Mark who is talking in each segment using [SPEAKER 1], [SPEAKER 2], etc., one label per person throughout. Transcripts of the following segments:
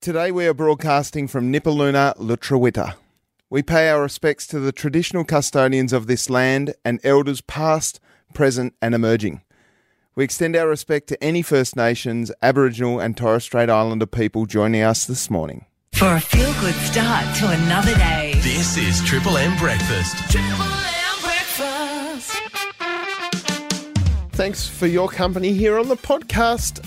[SPEAKER 1] Today we are broadcasting from Nipaluna, Lutrawita. We pay our respects to the traditional custodians of this land and elders past, present, and emerging. We extend our respect to any First Nations, Aboriginal, and Torres Strait Islander people joining us this morning.
[SPEAKER 2] For a feel good start to another day.
[SPEAKER 3] This is Triple M Breakfast.
[SPEAKER 4] Thanks for your company here on the podcast.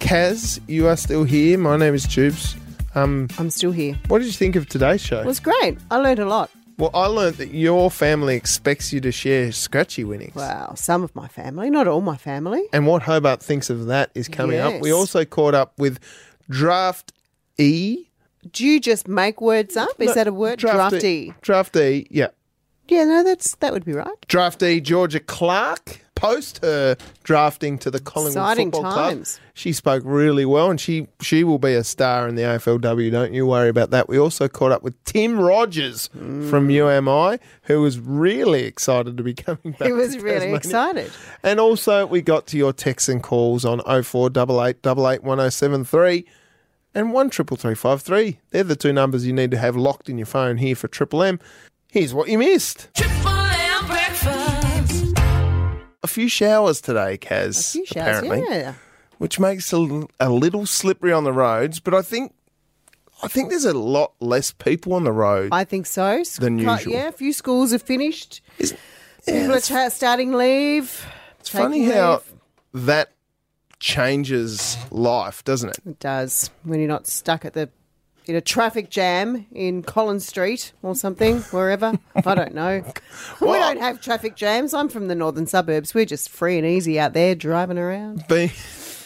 [SPEAKER 4] Kaz, you are still here. My name is Tubes. Um,
[SPEAKER 5] I'm still here.
[SPEAKER 4] what did you think of today's show?
[SPEAKER 5] It was great. I learned a lot.
[SPEAKER 4] well, I learnt that your family expects you to share scratchy winnings.
[SPEAKER 5] Wow. Some of my family, not all my family.
[SPEAKER 4] And what Hobart thinks of that is coming up. We
[SPEAKER 5] Yes.
[SPEAKER 4] also caught up with Draft E.
[SPEAKER 5] Do you just make words up? Is
[SPEAKER 4] No,
[SPEAKER 5] that a word? Drafty.
[SPEAKER 4] Draft E, yeah.
[SPEAKER 5] Yeah, no, that's that would be right.
[SPEAKER 4] Draftee Georgia Clark post her drafting to the Collingwood
[SPEAKER 5] Exciting
[SPEAKER 4] Football
[SPEAKER 5] times.
[SPEAKER 4] Club. She spoke really well, and she she will be a star in the AFLW. Don't you worry about that. We also caught up with Tim Rogers from UMI, who was really excited to be coming back.
[SPEAKER 5] Mm. He was
[SPEAKER 4] to
[SPEAKER 5] really
[SPEAKER 4] Tasmania.
[SPEAKER 5] excited.
[SPEAKER 4] And also, we got to your texts and calls on 0488881073 and one triple three five three. They're the two numbers you need to have locked in your phone here for Triple M. Here's what you missed. a few showers today, Kaz.
[SPEAKER 5] Few showers,
[SPEAKER 4] apparently,
[SPEAKER 5] yeah.
[SPEAKER 4] which makes it a, l- a little slippery on the roads. But I think, I think there's a lot less people on the road.
[SPEAKER 5] I think so. Sc-
[SPEAKER 4] Than
[SPEAKER 5] cla-
[SPEAKER 4] usual.
[SPEAKER 5] Yeah, a few schools have finished.
[SPEAKER 4] Is-
[SPEAKER 5] People are ta- starting leave.
[SPEAKER 4] it's funny how that changes life, doesn't it?
[SPEAKER 5] It does when you're not stuck at the in a traffic jam in Collins Street or something, wherever. I don't know. we
[SPEAKER 4] Well-
[SPEAKER 5] don't have traffic jams. I'm from the northern suburbs. We're just free and easy out there driving around.
[SPEAKER 4] Being,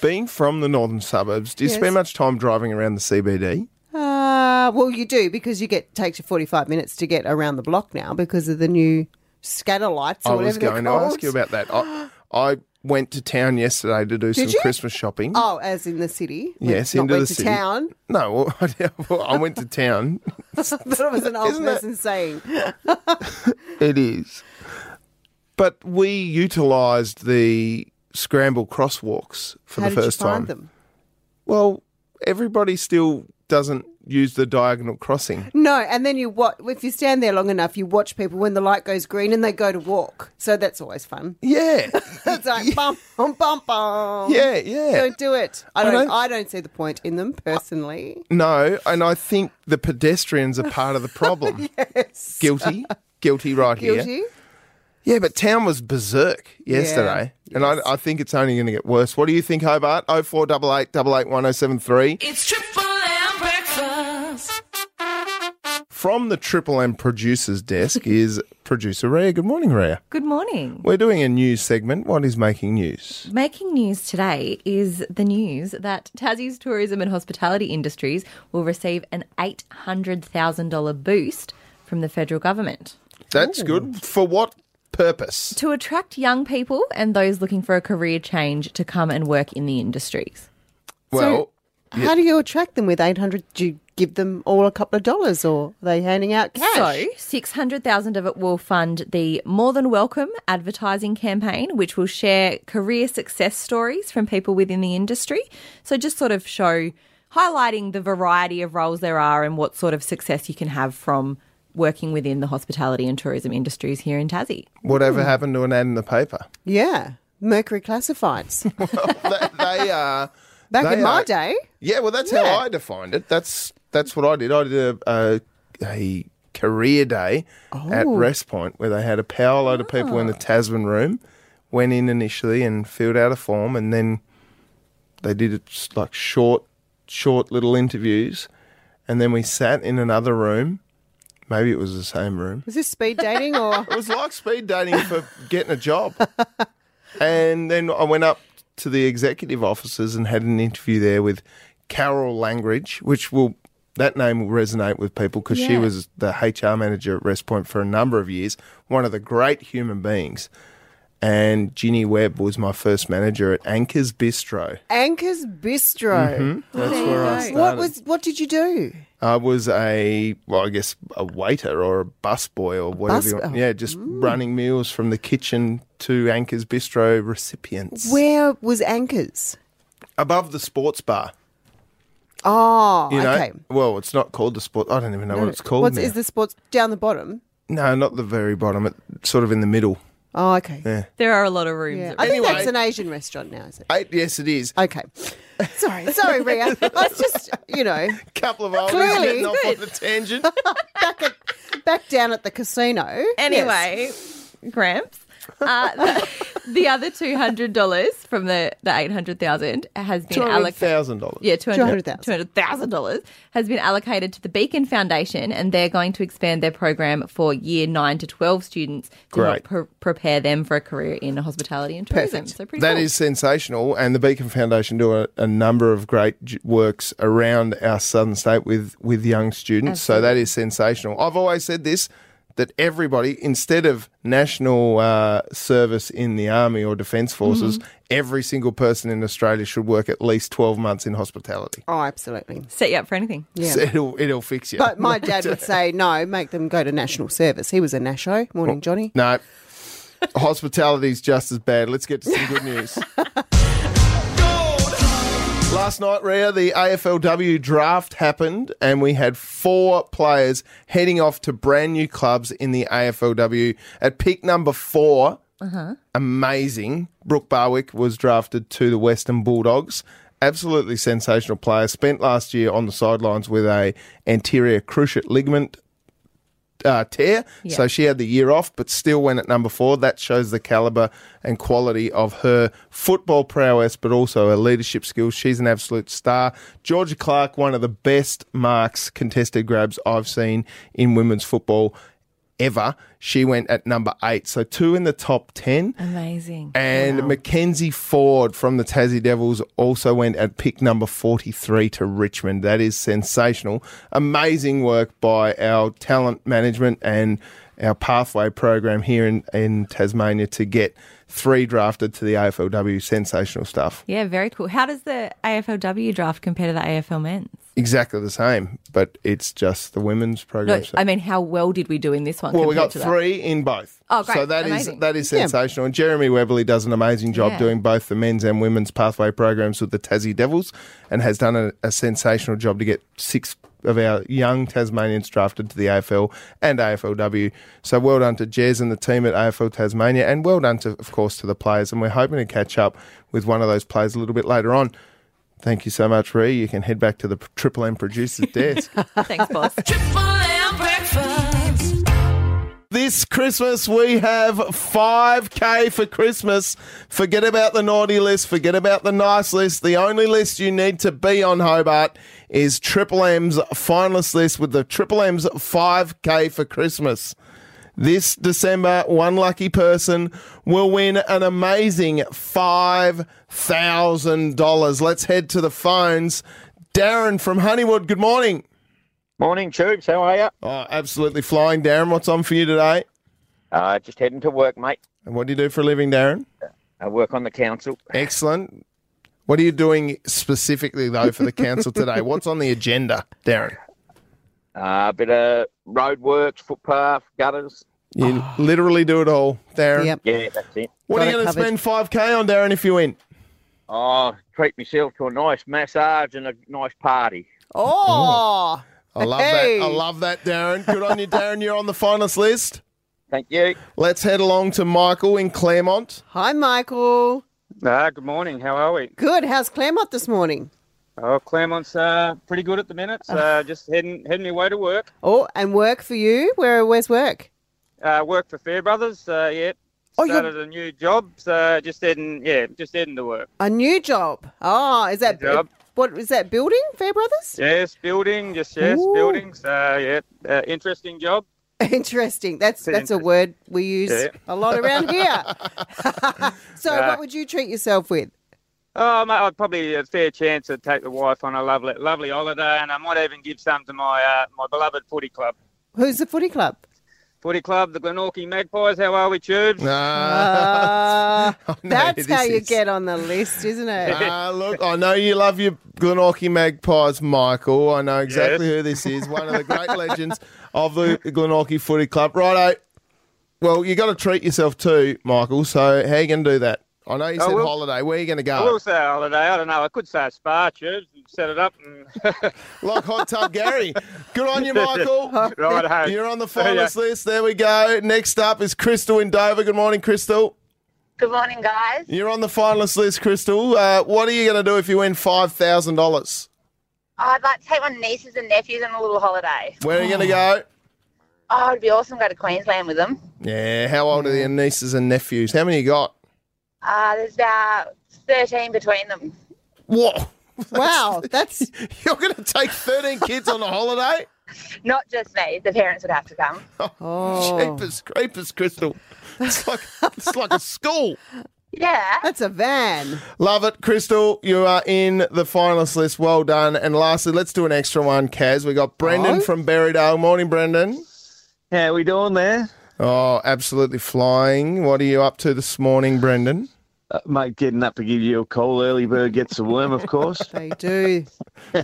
[SPEAKER 4] being from the northern suburbs, do you
[SPEAKER 5] Yes.
[SPEAKER 4] spend much time driving around the CBD?
[SPEAKER 5] Uh, well, you do because you get takes you 45 minutes to get around the block now because of the new scatter lights or
[SPEAKER 4] I
[SPEAKER 5] whatever
[SPEAKER 4] was
[SPEAKER 5] they're
[SPEAKER 4] going to
[SPEAKER 5] called.
[SPEAKER 4] ask you about that. I, I went to town yesterday to do some
[SPEAKER 5] you?
[SPEAKER 4] Christmas shopping.
[SPEAKER 5] Oh, as in the city. We-
[SPEAKER 4] yes,
[SPEAKER 5] not
[SPEAKER 4] into
[SPEAKER 5] went
[SPEAKER 4] the
[SPEAKER 5] to
[SPEAKER 4] city.
[SPEAKER 5] town.
[SPEAKER 4] No, well, I went to town
[SPEAKER 5] That was an old
[SPEAKER 4] Isn't that-
[SPEAKER 5] person saying.
[SPEAKER 4] It is. But we utilised the scramble crosswalks for
[SPEAKER 5] How
[SPEAKER 4] the
[SPEAKER 5] did
[SPEAKER 4] first
[SPEAKER 5] you find
[SPEAKER 4] time.
[SPEAKER 5] them?
[SPEAKER 4] Well, everybody still doesn't use the diagonal crossing.
[SPEAKER 5] No, and then you watch. If you stand there long enough, you watch people when the light goes green and they go to walk. So that's always fun.
[SPEAKER 4] Yeah.
[SPEAKER 5] It's like bum bum bum bum.
[SPEAKER 4] yeah, yeah.
[SPEAKER 5] Don't do it. I
[SPEAKER 4] I
[SPEAKER 5] don't. I
[SPEAKER 4] don't-
[SPEAKER 5] don't, see the point in them personally.
[SPEAKER 4] No, and I think the pedestrians are part of the problem.
[SPEAKER 5] Yes.
[SPEAKER 4] Guilty. Guilty right here.
[SPEAKER 5] Guilty.
[SPEAKER 4] Yeah, but town was berserk yesterday. And I, I think it's only going to get worse. What do you think, Hobart? 0488 881073.
[SPEAKER 2] It's Triple M Breakfast.
[SPEAKER 4] From the Triple M producer's desk is producer Rhea. Good morning, Rhea.
[SPEAKER 6] Good morning.
[SPEAKER 4] We're doing a news segment. What is making news?
[SPEAKER 6] Making news today is the news that Tassie's tourism and hospitality industries will receive an $800,000 boost from the federal government.
[SPEAKER 4] That's good. For what purpose?
[SPEAKER 6] To attract young people and those looking for a career change to come and work in the industries.
[SPEAKER 4] Well,
[SPEAKER 5] How do you attract them with eight hundred? Do you give them all a couple of dollars, or are they handing out cash?
[SPEAKER 6] So, 600,000 of it will fund the More Than Welcome advertising campaign, which will share career success stories from people within the industry. So, just sort of show highlighting the variety of roles there are and what sort of success you can have from working within the hospitality and tourism industries here in Tassie.
[SPEAKER 4] whatever happened to an ad in the paper?
[SPEAKER 5] yeah, Mercury classifieds.
[SPEAKER 4] They- they are.
[SPEAKER 5] Back
[SPEAKER 4] they
[SPEAKER 5] in my
[SPEAKER 4] are-
[SPEAKER 5] day,
[SPEAKER 4] Yeah, well, that's
[SPEAKER 5] Yeah.
[SPEAKER 4] how I defined it. That's that's what I did. I did a, a, a career day at Rest Point where they had a power load of people in the Tasman room, went in initially and filled out a form, and then they did it just like short, short little interviews, and then we sat in another room. Maybe it was the same room.
[SPEAKER 5] was this speed dating or?
[SPEAKER 4] It was like speed dating for getting a job. and then I went up to the executive offices and had an interview there with Carol Langridge, which will that name will resonate with people because she
[SPEAKER 6] Yeah.
[SPEAKER 4] was the HR manager at Rest Point for a number of years, one of the great human beings. And Ginny Webb was my first manager at Anchor's Bistro.
[SPEAKER 5] Anchor's Bistro.
[SPEAKER 4] That's where I Mm-hmm. started.
[SPEAKER 5] What was? What did you do?
[SPEAKER 4] I was a, well, I guess a waiter or a busboy or whatever. you want.
[SPEAKER 5] busboy.
[SPEAKER 4] Yeah, just running meals from the kitchen to Anchor's Bistro recipients
[SPEAKER 5] Where was Anchors?
[SPEAKER 4] above the sports bar.
[SPEAKER 5] Oh,
[SPEAKER 4] You know,
[SPEAKER 5] okay.
[SPEAKER 4] well, it's not called the sport. I don't even know what it's called.
[SPEAKER 5] What's
[SPEAKER 4] now.
[SPEAKER 5] is the sports down the bottom?
[SPEAKER 4] No, not the very bottom. It, sort of in the middle.
[SPEAKER 5] Oh, okay. Yeah.
[SPEAKER 6] There are a lot of rooms. that-
[SPEAKER 5] I think
[SPEAKER 4] Anyway.
[SPEAKER 5] that's an Asian restaurant now, is it?
[SPEAKER 4] Eight, yes, it is. A
[SPEAKER 5] Okay. Sorry, sorry, Ria. I was just, you know,
[SPEAKER 4] couple of oldies
[SPEAKER 5] Clearly.
[SPEAKER 4] getting off on the tangent.
[SPEAKER 5] back down at the casino.
[SPEAKER 6] Anyway, cramps. Uh, the, the other two hundred dollars from the the eight hundred thousand has been
[SPEAKER 4] Two hundred
[SPEAKER 6] allocated.
[SPEAKER 4] thousand dollars.
[SPEAKER 6] Yeah, two hundred
[SPEAKER 5] $200,000.
[SPEAKER 6] thousand dollars has been allocated to the Beacon Foundation, and they're going to expand their program for year nine to twelve students to help
[SPEAKER 4] Great.
[SPEAKER 6] pre- prepare them for a career in hospitality and tourism.
[SPEAKER 5] Perfect.
[SPEAKER 6] So pretty
[SPEAKER 4] That
[SPEAKER 6] cool.
[SPEAKER 4] is sensational, and the Beacon Foundation do a, a number of great j- works around our southern state with with young students. So that is sensational. I've always said this that everybody, instead of national uh, service in the army or defence forces,
[SPEAKER 6] Mm-hmm.
[SPEAKER 4] every single person in Australia should work at least twelve months in hospitality.
[SPEAKER 5] Oh, absolutely.
[SPEAKER 6] set you up for anything.
[SPEAKER 5] Yeah.
[SPEAKER 4] So it'll it'll fix you.
[SPEAKER 5] But my dad would say, no, make them go to national service. He was a Nasho. Morning, Johnny.
[SPEAKER 4] no. Hospitality is just as bad. Let's get to some good news. Last night, Rhea, the AFLW draft happened, and we had four players heading off to brand new clubs in the AFLW. At pick number 4 amazing, Brooke Barwick was drafted to the Western Bulldogs. Absolutely sensational player. Spent last year on the sidelines with a anterior cruciate ligament uh, tear. So she had the year off, but still went at number four. That shows the caliber and quality of her football prowess, but also her leadership skills. She's an absolute star. Georgia Clark, one of the best marks contested grabs I've seen in women's football ever. She went at number eight. So two in the top 10.
[SPEAKER 6] Amazing.
[SPEAKER 4] And Mackenzie Ford from the Tassie Devils also went at pick number 43 to Richmond. That is sensational. Amazing work by our talent management and our pathway program here in, in Tasmania to get three drafted to the AFLW. Sensational stuff.
[SPEAKER 6] Yeah, very cool. How does the AFLW draft compare to the AFL men's?
[SPEAKER 4] Exactly the same, but it's just the women's program.
[SPEAKER 6] No,
[SPEAKER 4] So-
[SPEAKER 6] I mean, how well did we do in this one?
[SPEAKER 4] Well, we
[SPEAKER 6] compared
[SPEAKER 4] got
[SPEAKER 6] to that?
[SPEAKER 4] three in both.
[SPEAKER 6] Oh, great.
[SPEAKER 4] So that is
[SPEAKER 6] Amazing.
[SPEAKER 4] that is sensational. And Jeremy Webley does an amazing job
[SPEAKER 6] Yeah.
[SPEAKER 4] doing both the men's and women's pathway programs with the Tassie Devils, and has done a, a sensational job to get six of our young Tasmanians drafted to the AFL and AFLW. So well done to Jez and the team at AFL Tasmania, and well done to, of course, to the players. And we're hoping to catch up with one of those players a little bit later on. Thank you so much, Ree. You can head back to the Triple M producer's desk.
[SPEAKER 6] Thanks, boss.
[SPEAKER 2] Triple M breakfast.
[SPEAKER 4] This Christmas, we have 5K for Christmas. Forget about the naughty list, forget about the nice list. The only list you need to be on Hobart is Triple M's finalist list with the Triple M's 5K for Christmas. This December, one lucky person will win an amazing $5,000. Let's head to the phones. Darren from Honeywood, good morning.
[SPEAKER 7] Morning, Tubes. How are you?
[SPEAKER 4] Oh, absolutely flying, Darren. What's on for you today?
[SPEAKER 7] Uh, just heading to work, mate.
[SPEAKER 4] And what do you do for a living, Darren?
[SPEAKER 7] I work on the council.
[SPEAKER 4] Excellent. What are you doing specifically, though, for the council today? What's on the agenda, Darren?
[SPEAKER 7] A uh, bit of road works, footpath, gutters.
[SPEAKER 4] You literally do it all, Darren.
[SPEAKER 5] Oh. Yep.
[SPEAKER 7] Yeah, that's it.
[SPEAKER 4] What are
[SPEAKER 5] Got
[SPEAKER 4] you
[SPEAKER 5] it
[SPEAKER 4] going
[SPEAKER 5] covered.
[SPEAKER 4] to spend 5K on, Darren, if you win?
[SPEAKER 7] Oh, treat myself to a nice massage and a nice party.
[SPEAKER 5] Oh,
[SPEAKER 4] I love
[SPEAKER 5] Hey.
[SPEAKER 4] that. I love that, Darren. Good on you, Darren. You're on the finalist list.
[SPEAKER 7] Thank you.
[SPEAKER 4] Let's head along to Michael in Claremont.
[SPEAKER 5] hi, Michael.
[SPEAKER 8] Ah, good morning. How are we?
[SPEAKER 5] Good. How's Claremont this morning?
[SPEAKER 8] Oh, Claremont's uh, pretty good at the minute. Uh, just heading heading my way to work.
[SPEAKER 5] Oh, and work for you? Where? Where's work?
[SPEAKER 8] Uh, work for Fairbrothers. Uh, yeah,
[SPEAKER 5] Oh, you're-
[SPEAKER 8] started a new job. So just heading, yeah, just heading to work.
[SPEAKER 5] A new job. Oh, is that
[SPEAKER 8] New job.
[SPEAKER 5] what is that building? Fair Brothers?
[SPEAKER 8] Yes, building. Just yes,
[SPEAKER 5] Ooh.
[SPEAKER 8] building. So yeah, uh, interesting job.
[SPEAKER 5] Interesting. That's that's a word we use
[SPEAKER 8] Yeah.
[SPEAKER 5] a lot around here. so, what would you treat yourself with?
[SPEAKER 8] Oh, mate, I'd probably a fair chance to take the wife on a lovely, lovely holiday, and I might even give some to my uh, my beloved footy club.
[SPEAKER 5] Who's the footy club?
[SPEAKER 8] Footy club, the Glenorchy Magpies. How are we, Tubes?
[SPEAKER 4] Ah,
[SPEAKER 5] Uh,
[SPEAKER 4] know
[SPEAKER 5] that's
[SPEAKER 4] who
[SPEAKER 5] how
[SPEAKER 4] this
[SPEAKER 5] you
[SPEAKER 4] is.
[SPEAKER 5] get on the list, isn't it?
[SPEAKER 4] ah, look, I know you love your Glenorchy Magpies, Michael. I know exactly
[SPEAKER 8] Yes.
[SPEAKER 4] who this is. One of the great legends of the Glenorchy Footy Club. Righto. Well, you got to treat yourself too, Michael. So how you going to do that? I know you
[SPEAKER 8] I
[SPEAKER 4] said
[SPEAKER 8] will-
[SPEAKER 4] holiday. Where are you going to
[SPEAKER 8] I will
[SPEAKER 4] go?
[SPEAKER 8] say a holiday. I don't know. I could say a spa, Tubes, and set it up and
[SPEAKER 4] like Hot Tub Gary. Good on you, Michael.
[SPEAKER 8] ride home.
[SPEAKER 4] You're on the
[SPEAKER 8] See ya.
[SPEAKER 4] finalist list. There we go. Next up is Crystal in Dover. Good morning, Crystal.
[SPEAKER 9] Good morning, guys.
[SPEAKER 4] You're on the finalist list, Crystal. Uh, what are you going to do if you win five thousand dollars?
[SPEAKER 9] I'd like to take my nieces and nephews on a little holiday.
[SPEAKER 4] Where are you going to go?
[SPEAKER 9] Oh, it'd be awesome to go to Queensland with them.
[SPEAKER 4] Yeah. How old are your nieces and nephews? How many you got?
[SPEAKER 9] Uh, there's about 13 between them.
[SPEAKER 4] What?
[SPEAKER 5] Wow, that's
[SPEAKER 4] You're going to take thirteen kids on a holiday?
[SPEAKER 9] Not just me, the parents would have to come.
[SPEAKER 5] oh,
[SPEAKER 4] Jeepers creepers, Crystal. It's like it's like a school.
[SPEAKER 9] Yeah.
[SPEAKER 5] that's a van.
[SPEAKER 4] Love it, Crystal. You are in the finalist list. Well done. And lastly, let's do an extra one, Kaz. We got Brendan
[SPEAKER 5] Oh.
[SPEAKER 4] from Berrydale. Morning, Brendan.
[SPEAKER 8] How we doing there?
[SPEAKER 4] Oh, absolutely flying. What are you up to this morning, Brendan?
[SPEAKER 8] Uh, mate, getting up to give you a call. Early bird gets the worm, of course.
[SPEAKER 5] They do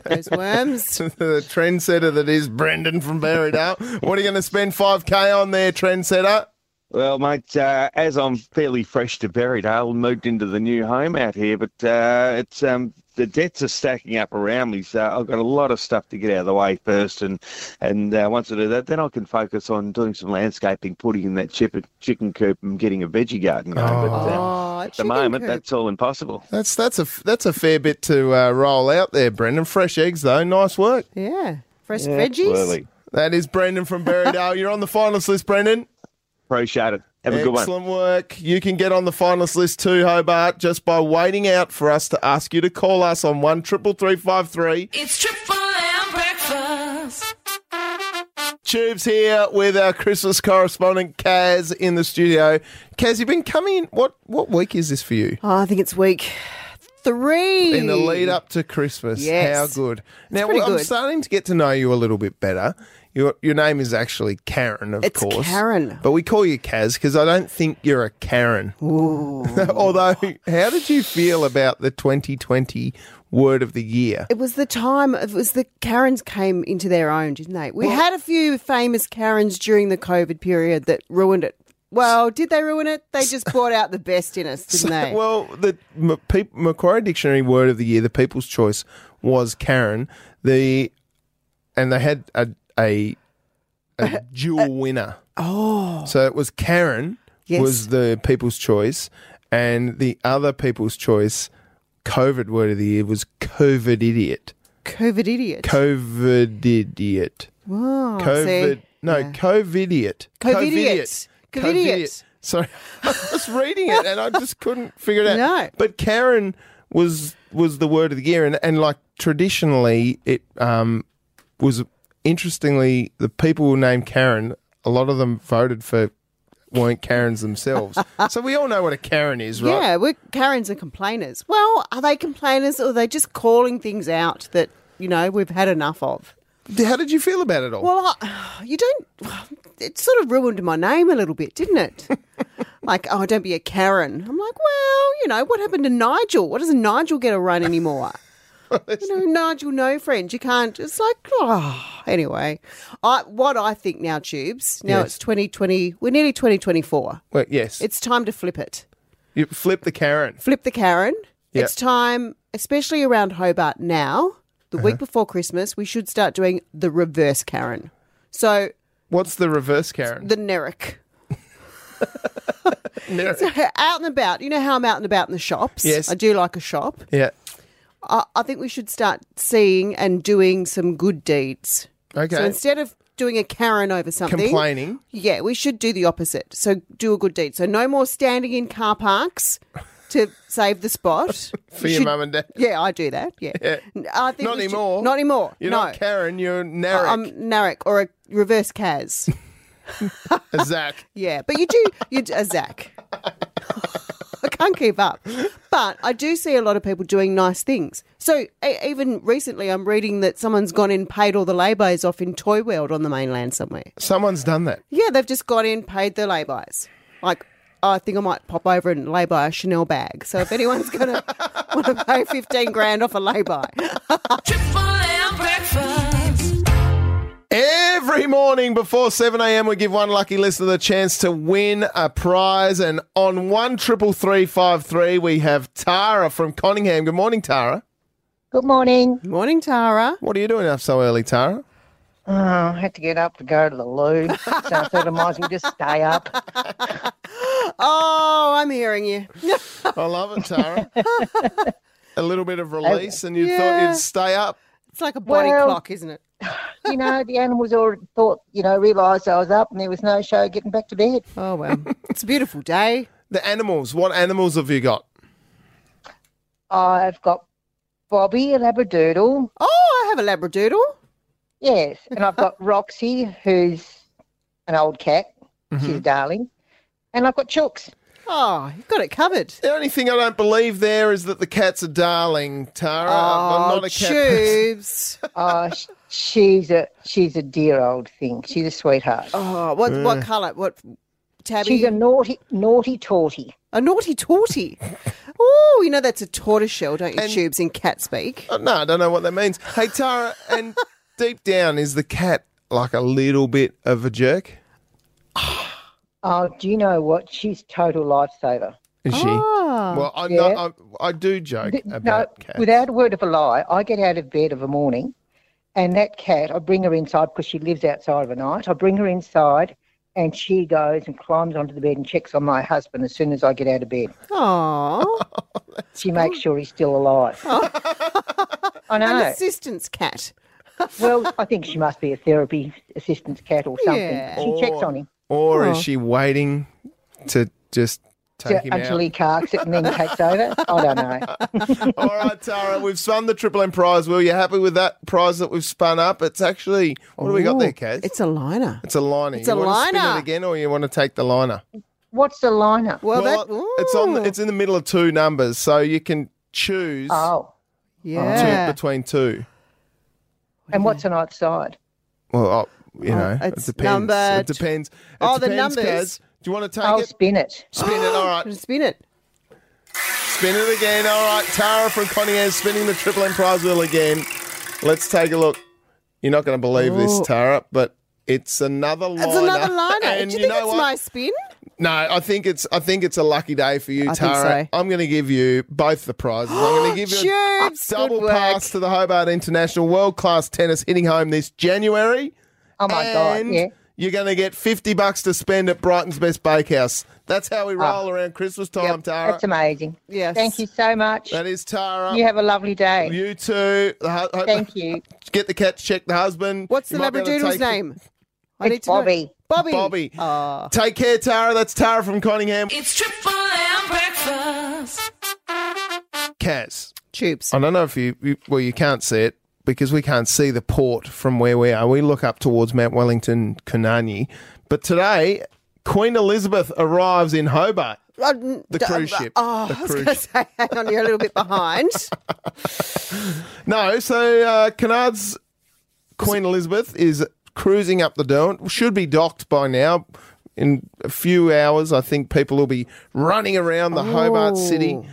[SPEAKER 5] those worms.
[SPEAKER 4] the trendsetter that is Brendan from Berrydale. what are you going to spend 5K on there, trendsetter?
[SPEAKER 8] Well, mate, uh, as I'm fairly fresh to Berrydale, moved into the new home out here, but uh, it's um, the debts are stacking up around me, so I've got a lot of stuff to get out of the way first, and and uh, once I do that, then I can focus on doing some landscaping, putting in that chip- chicken coop, and getting a veggie garden going. But uh,
[SPEAKER 5] Oh,
[SPEAKER 8] at the moment, that's all impossible.
[SPEAKER 4] That's that's a that's a fair bit to uh, roll out there, Brendan. Fresh eggs though, nice work.
[SPEAKER 5] yeah, fresh veggies.
[SPEAKER 8] Absolutely.
[SPEAKER 4] That is Brendan from Berrydale. You're on the finalist list, Brendan.
[SPEAKER 8] Appreciate it. Have a good one.
[SPEAKER 4] Excellent work. You can get on the finalist list too, Hobart, just by waiting out for us to ask you to call us on one triple three five three.
[SPEAKER 2] It's Triple M breakfast.
[SPEAKER 4] Tubes here with our Christmas correspondent Kaz in the studio. Kaz, you've been coming. What what week is this for you?
[SPEAKER 5] Oh, I think it's week three.
[SPEAKER 4] In the lead up to Christmas,
[SPEAKER 5] Yes.
[SPEAKER 4] how good! Now
[SPEAKER 5] pretty
[SPEAKER 4] I'm
[SPEAKER 5] good.
[SPEAKER 4] starting to get to know you a little bit better. Your your name is actually Karen, of
[SPEAKER 5] It's
[SPEAKER 4] course.
[SPEAKER 5] Karen.
[SPEAKER 4] but we call you Kaz because I don't think you're a Karen. Although, how did you feel about the 2020 word of the year?
[SPEAKER 5] It was the time. It was the Karens came into their own, didn't they? We had a few famous Karens during the COVID period that ruined it. Well, did they ruin it? They just brought out the best in us, didn't they?
[SPEAKER 4] Well, the M- Pe- Macquarie Dictionary word of the year, the People's Choice, was Karen. The and they had a a, a dual winner. Oh, so it was Karen
[SPEAKER 5] Yes.
[SPEAKER 4] was the People's Choice, and the other People's Choice COVID word of the year was COVID idiot.
[SPEAKER 5] COVID idiot.
[SPEAKER 4] COVID idiot.
[SPEAKER 5] Wow,
[SPEAKER 4] COVID.
[SPEAKER 5] see?
[SPEAKER 4] No,
[SPEAKER 5] Yeah.
[SPEAKER 4] COVID idiot.
[SPEAKER 5] Covidiot. Covidiot.
[SPEAKER 4] Sorry, I was reading it and I just couldn't figure it out.
[SPEAKER 5] No.
[SPEAKER 4] But Karen was was the word of the year, and, and like traditionally, it um, was interestingly the people who named Karen. A lot of them voted for weren't Karens themselves. so we all know what a Karen is, right?
[SPEAKER 5] Yeah, we're Karens are complainers. Well, are they complainers or are they just calling things out that, you know, we've had enough of?
[SPEAKER 4] How did you feel about it all?
[SPEAKER 5] Well, I, you don't. It sort of ruined my name a little bit, didn't it? like, oh, don't be a Karen. I'm like, well, you know, what happened to Nigel? What doesn't Nigel get a run anymore? you know, Nigel, no friend. You can't. It's like, oh, anyway. I, what I think now, Tubes, now
[SPEAKER 4] Yes.
[SPEAKER 5] it's 2020. We're nearly 2024.
[SPEAKER 4] Well, yes,
[SPEAKER 5] It's time to flip it.
[SPEAKER 4] you flip the Karen.
[SPEAKER 5] Flip the Karen.
[SPEAKER 4] Yeah.
[SPEAKER 5] It's time, especially around Hobart now, the week
[SPEAKER 4] Uh-huh.
[SPEAKER 5] before Christmas, we should start doing the reverse Karen. So
[SPEAKER 4] What's the reverse Karen?
[SPEAKER 5] the Neric.
[SPEAKER 4] Neric.
[SPEAKER 5] So out and about. You know how I'm out and about in the shops?
[SPEAKER 4] Yes.
[SPEAKER 5] I do like a shop.
[SPEAKER 4] yeah.
[SPEAKER 5] I, I think we should start seeing and doing some good deeds.
[SPEAKER 4] Okay.
[SPEAKER 5] So instead of doing a Karen over something.
[SPEAKER 4] Complaining.
[SPEAKER 5] Yeah, we should do the opposite. So do a good deed. So no more standing in car parks to save the spot.
[SPEAKER 4] For your mum and dad.
[SPEAKER 5] Yeah, I do that. Yeah. I think
[SPEAKER 4] Not
[SPEAKER 5] we should-
[SPEAKER 4] anymore.
[SPEAKER 5] not anymore.
[SPEAKER 4] You're
[SPEAKER 5] no.
[SPEAKER 4] not Karen, you're Narek.
[SPEAKER 5] I'm Narek or a reverse Kaz.
[SPEAKER 4] Zach.
[SPEAKER 5] Yeah, but you do you do, a Zach. I can't keep up, but I do see a lot of people doing nice things. So e even recently, I'm reading that someone's gone in and paid all the laybys off in Toy World on the mainland somewhere.
[SPEAKER 4] Someone's done that.
[SPEAKER 5] Yeah, they've just gone in, paid their laybys. Like, I think I might pop over and lay-by a Chanel bag. So if anyone's gonna want to pay fifteen grand off a lay-by,
[SPEAKER 2] Triple M breakfast.
[SPEAKER 4] Every Every morning before 7am, we give one lucky listener the chance to win a prize. And on 133353, we have Tara from Conningham. Good morning, Tara.
[SPEAKER 9] Good morning.
[SPEAKER 5] Morning, Tara.
[SPEAKER 4] What are you doing up so early, Tara?
[SPEAKER 9] Oh, I had to get up to go to the loo, so I thought I might as well just stay up.
[SPEAKER 5] Oh, I'm hearing you.
[SPEAKER 4] I love it, Tara. a little bit of release, and you thought
[SPEAKER 5] Yeah.
[SPEAKER 4] you'd stay up.
[SPEAKER 5] It's like a body
[SPEAKER 9] Well-
[SPEAKER 5] clock, isn't it?
[SPEAKER 9] You know, the animals all thought, you know, realised I was up and there was no show getting back to bed.
[SPEAKER 5] Oh, well. it's a beautiful day.
[SPEAKER 4] The animals. What animals have you got?
[SPEAKER 9] I've got Bobby, a labradoodle,
[SPEAKER 5] Oh, I have a Labradoodle.
[SPEAKER 9] yes, and I've got Roxy, who's an old cat, she's a darling, and I've got Chooks.
[SPEAKER 5] Oh, you've got it covered.
[SPEAKER 4] The only thing I don't believe there is that the cat's a darling, Tara. Uh, I'm
[SPEAKER 5] Oh,
[SPEAKER 4] not a cat. person.
[SPEAKER 5] tubes.
[SPEAKER 9] Oh, sh- she's a she's a dear old thing. She's a sweetheart.
[SPEAKER 5] oh, what what colour? What tabby?
[SPEAKER 9] She's a naughty naughty torty.
[SPEAKER 5] A naughty torty. oh, you know that's a tortoiseshell, don't you?
[SPEAKER 4] And-
[SPEAKER 5] tubes in cat speak.
[SPEAKER 4] Oh, no, I don't know what that means. Hey, Tara, and deep down, is the cat like a little bit of a jerk?
[SPEAKER 9] Oh, do you know what? She's total lifesaver.
[SPEAKER 4] Is she?
[SPEAKER 5] Ah,
[SPEAKER 4] Well, I'm not, I, I do joke
[SPEAKER 9] Th-
[SPEAKER 4] about cats.
[SPEAKER 9] without a word of a lie, I get out of bed of a morning, and that cat, I bring her inside because she lives outside of a night. I bring her inside, and she goes and climbs onto the bed and checks on my husband as soon as I get out of bed.
[SPEAKER 5] Oh,
[SPEAKER 9] She makes sure he's still alive. I know.
[SPEAKER 5] an assistance cat.
[SPEAKER 9] Well, I think she must be a therapy assistance cat or something.
[SPEAKER 5] Yeah.
[SPEAKER 9] She checks on him
[SPEAKER 4] or is
[SPEAKER 5] Oh.
[SPEAKER 4] she waiting to just
[SPEAKER 9] to-
[SPEAKER 4] take him
[SPEAKER 9] until
[SPEAKER 4] out?
[SPEAKER 9] he carks it and then takes over. I don't know.
[SPEAKER 4] All right, Tara, we've spun the Triple M prize. Will you happy with that prize that we've spun up? It's actually what do we got
[SPEAKER 5] Ooh,
[SPEAKER 4] there, Kaz?
[SPEAKER 5] It's a liner.
[SPEAKER 4] It's a liner.
[SPEAKER 5] It's
[SPEAKER 4] you
[SPEAKER 5] a
[SPEAKER 4] want to spin
[SPEAKER 5] liner.
[SPEAKER 4] it again, or you want to take the liner?
[SPEAKER 9] What's the liner?
[SPEAKER 5] Well, that
[SPEAKER 4] it's on. The,
[SPEAKER 5] ooh,
[SPEAKER 4] it's in the middle of two numbers, so you can choose
[SPEAKER 9] Oh,
[SPEAKER 4] two,
[SPEAKER 5] yeah.
[SPEAKER 4] between two.
[SPEAKER 9] and what's an outside?
[SPEAKER 4] Well, oh, you
[SPEAKER 5] Oh,
[SPEAKER 4] know,
[SPEAKER 5] it's
[SPEAKER 4] it depends. It
[SPEAKER 5] numbered.
[SPEAKER 4] depends. It
[SPEAKER 5] Oh, the
[SPEAKER 4] depends,
[SPEAKER 5] numbers.
[SPEAKER 4] Kaz. Do you want to take
[SPEAKER 9] I'll
[SPEAKER 4] it?
[SPEAKER 9] spin it.
[SPEAKER 4] Spin it. All right.
[SPEAKER 5] Just Spin it.
[SPEAKER 4] Spin it again. All right, Tara from Conningham spinning the Triple M prize wheel again. Let's take a look. You're not going to believe this,
[SPEAKER 5] Ooh.
[SPEAKER 4] Tara, but it's another liner.
[SPEAKER 5] It's another liner.
[SPEAKER 4] And
[SPEAKER 5] Do you,
[SPEAKER 4] you
[SPEAKER 5] think
[SPEAKER 4] know
[SPEAKER 5] it's
[SPEAKER 4] what?
[SPEAKER 5] my spin?
[SPEAKER 4] No, I think it's I think it's a lucky day for you,
[SPEAKER 5] I think
[SPEAKER 4] Tara.
[SPEAKER 5] so.
[SPEAKER 4] I'm going to give you both the prizes. I'm going to give you a
[SPEAKER 5] Tubes, good
[SPEAKER 4] double
[SPEAKER 5] work.
[SPEAKER 4] pass to the Hobart International World Class Tennis hitting home this January.
[SPEAKER 9] Oh my
[SPEAKER 4] And
[SPEAKER 9] god! Yeah.
[SPEAKER 4] You're going to get 50 bucks to spend at Brighton's Best Bakehouse. That's how
[SPEAKER 5] Ah.
[SPEAKER 4] we roll around Christmas time, Tara.
[SPEAKER 9] That's amazing.
[SPEAKER 5] Yes.
[SPEAKER 9] Thank you so much.
[SPEAKER 4] Uh, that is Tara.
[SPEAKER 9] You have a lovely day.
[SPEAKER 4] You too. The hu- hu-
[SPEAKER 9] Thank you.
[SPEAKER 4] Get the cat to check the husband.
[SPEAKER 5] What's
[SPEAKER 4] You
[SPEAKER 5] the
[SPEAKER 4] might be able to
[SPEAKER 5] Labradoodle's
[SPEAKER 4] take-
[SPEAKER 5] name? I
[SPEAKER 9] It's
[SPEAKER 5] know.
[SPEAKER 9] Bobby.
[SPEAKER 5] Bobby.
[SPEAKER 4] Bobby.
[SPEAKER 5] Oh.
[SPEAKER 4] Take care, Tara. That's Tara from Conningham.
[SPEAKER 2] It's Triple M breakfast.
[SPEAKER 4] Kaz.
[SPEAKER 5] Tubes.
[SPEAKER 4] I don't know if you, you, well, you can't see it because we can't see the port from where we are. We look up towards Mount Wellington, Kunani. But today, Queen Elizabeth arrives in Hobart.
[SPEAKER 5] Uh, The
[SPEAKER 4] cruise ship.
[SPEAKER 5] Oh,
[SPEAKER 4] The
[SPEAKER 5] I was
[SPEAKER 4] cruise
[SPEAKER 5] going to say, hang on, you're a little bit behind.
[SPEAKER 4] No, so uh, Cunard's Queen Elizabeth is cruising up the Derwent. Should be docked by now. In a few hours, I think people will be running around the Hobart City.
[SPEAKER 5] Oh.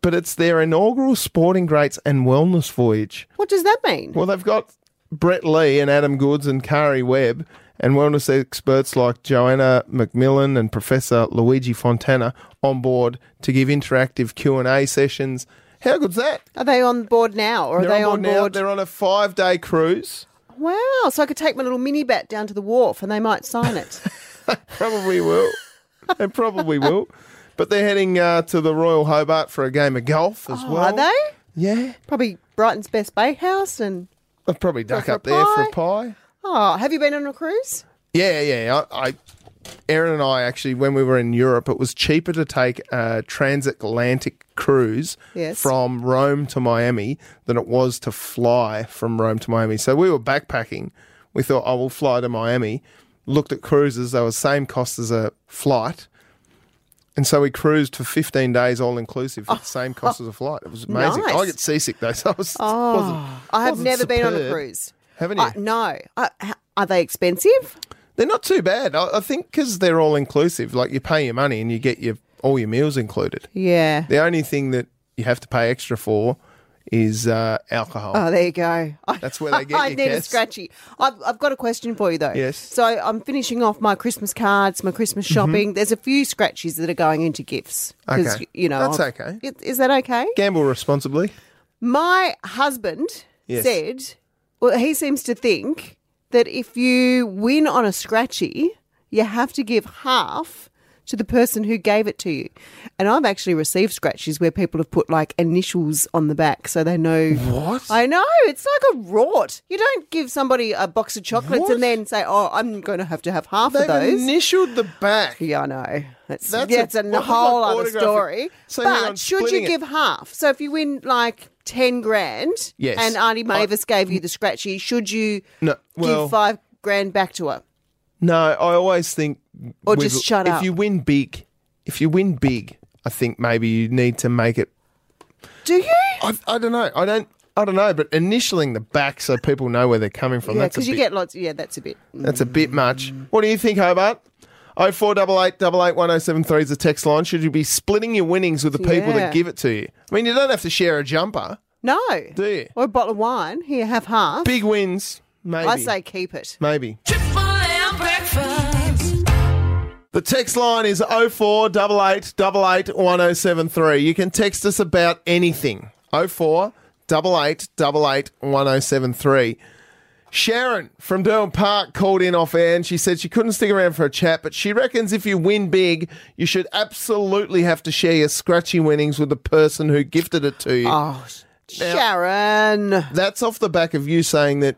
[SPEAKER 4] But it's their inaugural sporting greats and wellness voyage.
[SPEAKER 5] What does that mean?
[SPEAKER 4] Well, they've got Brett Lee and Adam Goods and Kari Webb and wellness experts like Joanna McMillan and Professor Luigi Fontana on board to give interactive Q&A sessions. How good's that?
[SPEAKER 5] Are they on board now, or are
[SPEAKER 4] They're
[SPEAKER 5] they
[SPEAKER 4] on board,
[SPEAKER 5] on
[SPEAKER 4] now.
[SPEAKER 5] board?
[SPEAKER 4] They're on a five-day cruise.
[SPEAKER 5] Wow! So I could take my little mini bat down to the wharf, and they might sign it.
[SPEAKER 4] Probably will. they probably will. But they're heading uh, to the Royal Hobart for a game of golf as
[SPEAKER 5] Oh,
[SPEAKER 4] well.
[SPEAKER 5] Are they?
[SPEAKER 4] Yeah.
[SPEAKER 5] Probably Brighton's best bakehouse. And
[SPEAKER 4] They'll probably duck
[SPEAKER 5] for a
[SPEAKER 4] up there for a pie.
[SPEAKER 5] oh, have you been on a cruise?
[SPEAKER 4] Yeah, yeah. I, I, Aaron and I actually, when we were in Europe, it was cheaper to take a transatlantic cruise
[SPEAKER 5] Yes.
[SPEAKER 4] from Rome to Miami than it was to fly from Rome to Miami. So we were backpacking. We thought, oh, we'll fly to Miami. Looked at cruises; they were same cost as a flight. And so we cruised for 15 days, all inclusive, at the same cost as a flight. It was amazing.
[SPEAKER 5] Oh. Nice.
[SPEAKER 4] I get seasick though, so I was.
[SPEAKER 5] Oh, I have
[SPEAKER 4] wasn't
[SPEAKER 5] never been on a
[SPEAKER 4] superb,
[SPEAKER 5] cruise.
[SPEAKER 4] haven't
[SPEAKER 5] I,
[SPEAKER 4] you?
[SPEAKER 5] no. I, h- are they expensive?
[SPEAKER 4] They're not too bad. I, I think because they're all inclusive. Like you pay your money and you get your all your meals included.
[SPEAKER 5] Yeah.
[SPEAKER 4] The only thing that you have to pay extra for is uh, alcohol.
[SPEAKER 5] Oh, there you go.
[SPEAKER 4] That's where they get
[SPEAKER 5] I
[SPEAKER 4] you,
[SPEAKER 5] need a
[SPEAKER 4] Cass.
[SPEAKER 5] scratchy. I've, I've got a question for you though.
[SPEAKER 4] Yes. Mm-hmm.
[SPEAKER 5] So I'm finishing off my Christmas cards, my Christmas shopping. There's a few scratchies that are going into gifts. 'cause,
[SPEAKER 4] Okay.
[SPEAKER 5] You know.
[SPEAKER 4] That's
[SPEAKER 5] I've-
[SPEAKER 4] okay.
[SPEAKER 5] Is, is that okay?
[SPEAKER 4] Gamble responsibly.
[SPEAKER 5] My husband
[SPEAKER 4] Yes.
[SPEAKER 5] said, well, he seems to think that if you win on a scratchy, you have to give half to the person who gave it to you. And I've actually received scratchies where people have put like initials on the back so they know. What? I know. It's like a rort. You don't give somebody a box of chocolates
[SPEAKER 4] What?
[SPEAKER 5] and then say, oh, I'm going to have to have half of
[SPEAKER 4] They've
[SPEAKER 5] those.
[SPEAKER 4] initialed the back.
[SPEAKER 5] Yeah, I know. That's,
[SPEAKER 4] That's
[SPEAKER 5] yeah,
[SPEAKER 4] a-
[SPEAKER 5] it's a
[SPEAKER 4] well,
[SPEAKER 5] whole
[SPEAKER 4] like
[SPEAKER 5] other
[SPEAKER 4] autographic-
[SPEAKER 5] story.
[SPEAKER 4] So hang on,
[SPEAKER 5] but should
[SPEAKER 4] splitting
[SPEAKER 5] you
[SPEAKER 4] it.
[SPEAKER 5] give half? So if you win like ten grand,
[SPEAKER 4] Yes.
[SPEAKER 5] and Auntie Mavis gave you the scratchy, should you
[SPEAKER 4] No, well-
[SPEAKER 5] give five grand back to her?
[SPEAKER 4] No, I always think.
[SPEAKER 5] Or
[SPEAKER 4] with-
[SPEAKER 5] just shut
[SPEAKER 4] if
[SPEAKER 5] up.
[SPEAKER 4] If you win big, if you win big, I think maybe you need to make it.
[SPEAKER 5] Do you?
[SPEAKER 4] I, I don't know. I don't. I don't know. But initialing the back so people know where they're coming from.
[SPEAKER 5] Yeah,
[SPEAKER 4] that's a
[SPEAKER 5] because you
[SPEAKER 4] bit-
[SPEAKER 5] get lots. Yeah, that's a bit.
[SPEAKER 4] That's a bit much. What do you think, Hobart? Oh four double eight double eight one oh seven three is the text line. Should you be splitting your winnings with the people
[SPEAKER 5] Yeah.
[SPEAKER 4] that give it to you? I mean, you don't have to share a jumper.
[SPEAKER 5] No.
[SPEAKER 4] Do you?
[SPEAKER 5] Or a bottle of wine. Here, have half.
[SPEAKER 4] Big wins, maybe.
[SPEAKER 5] I say keep it.
[SPEAKER 4] maybe.
[SPEAKER 2] Triple M breakfast.
[SPEAKER 4] The text line is 0488881073. You can text us about anything. 0488881073. Sharon from Durham Park called in off air and she said she couldn't stick around for a chat, but she reckons if you win big, you should absolutely have to share your scratchy winnings with the person who gifted it to
[SPEAKER 2] Ah.
[SPEAKER 4] you.
[SPEAKER 5] Oh, Sharon.
[SPEAKER 4] That's off the back of you saying that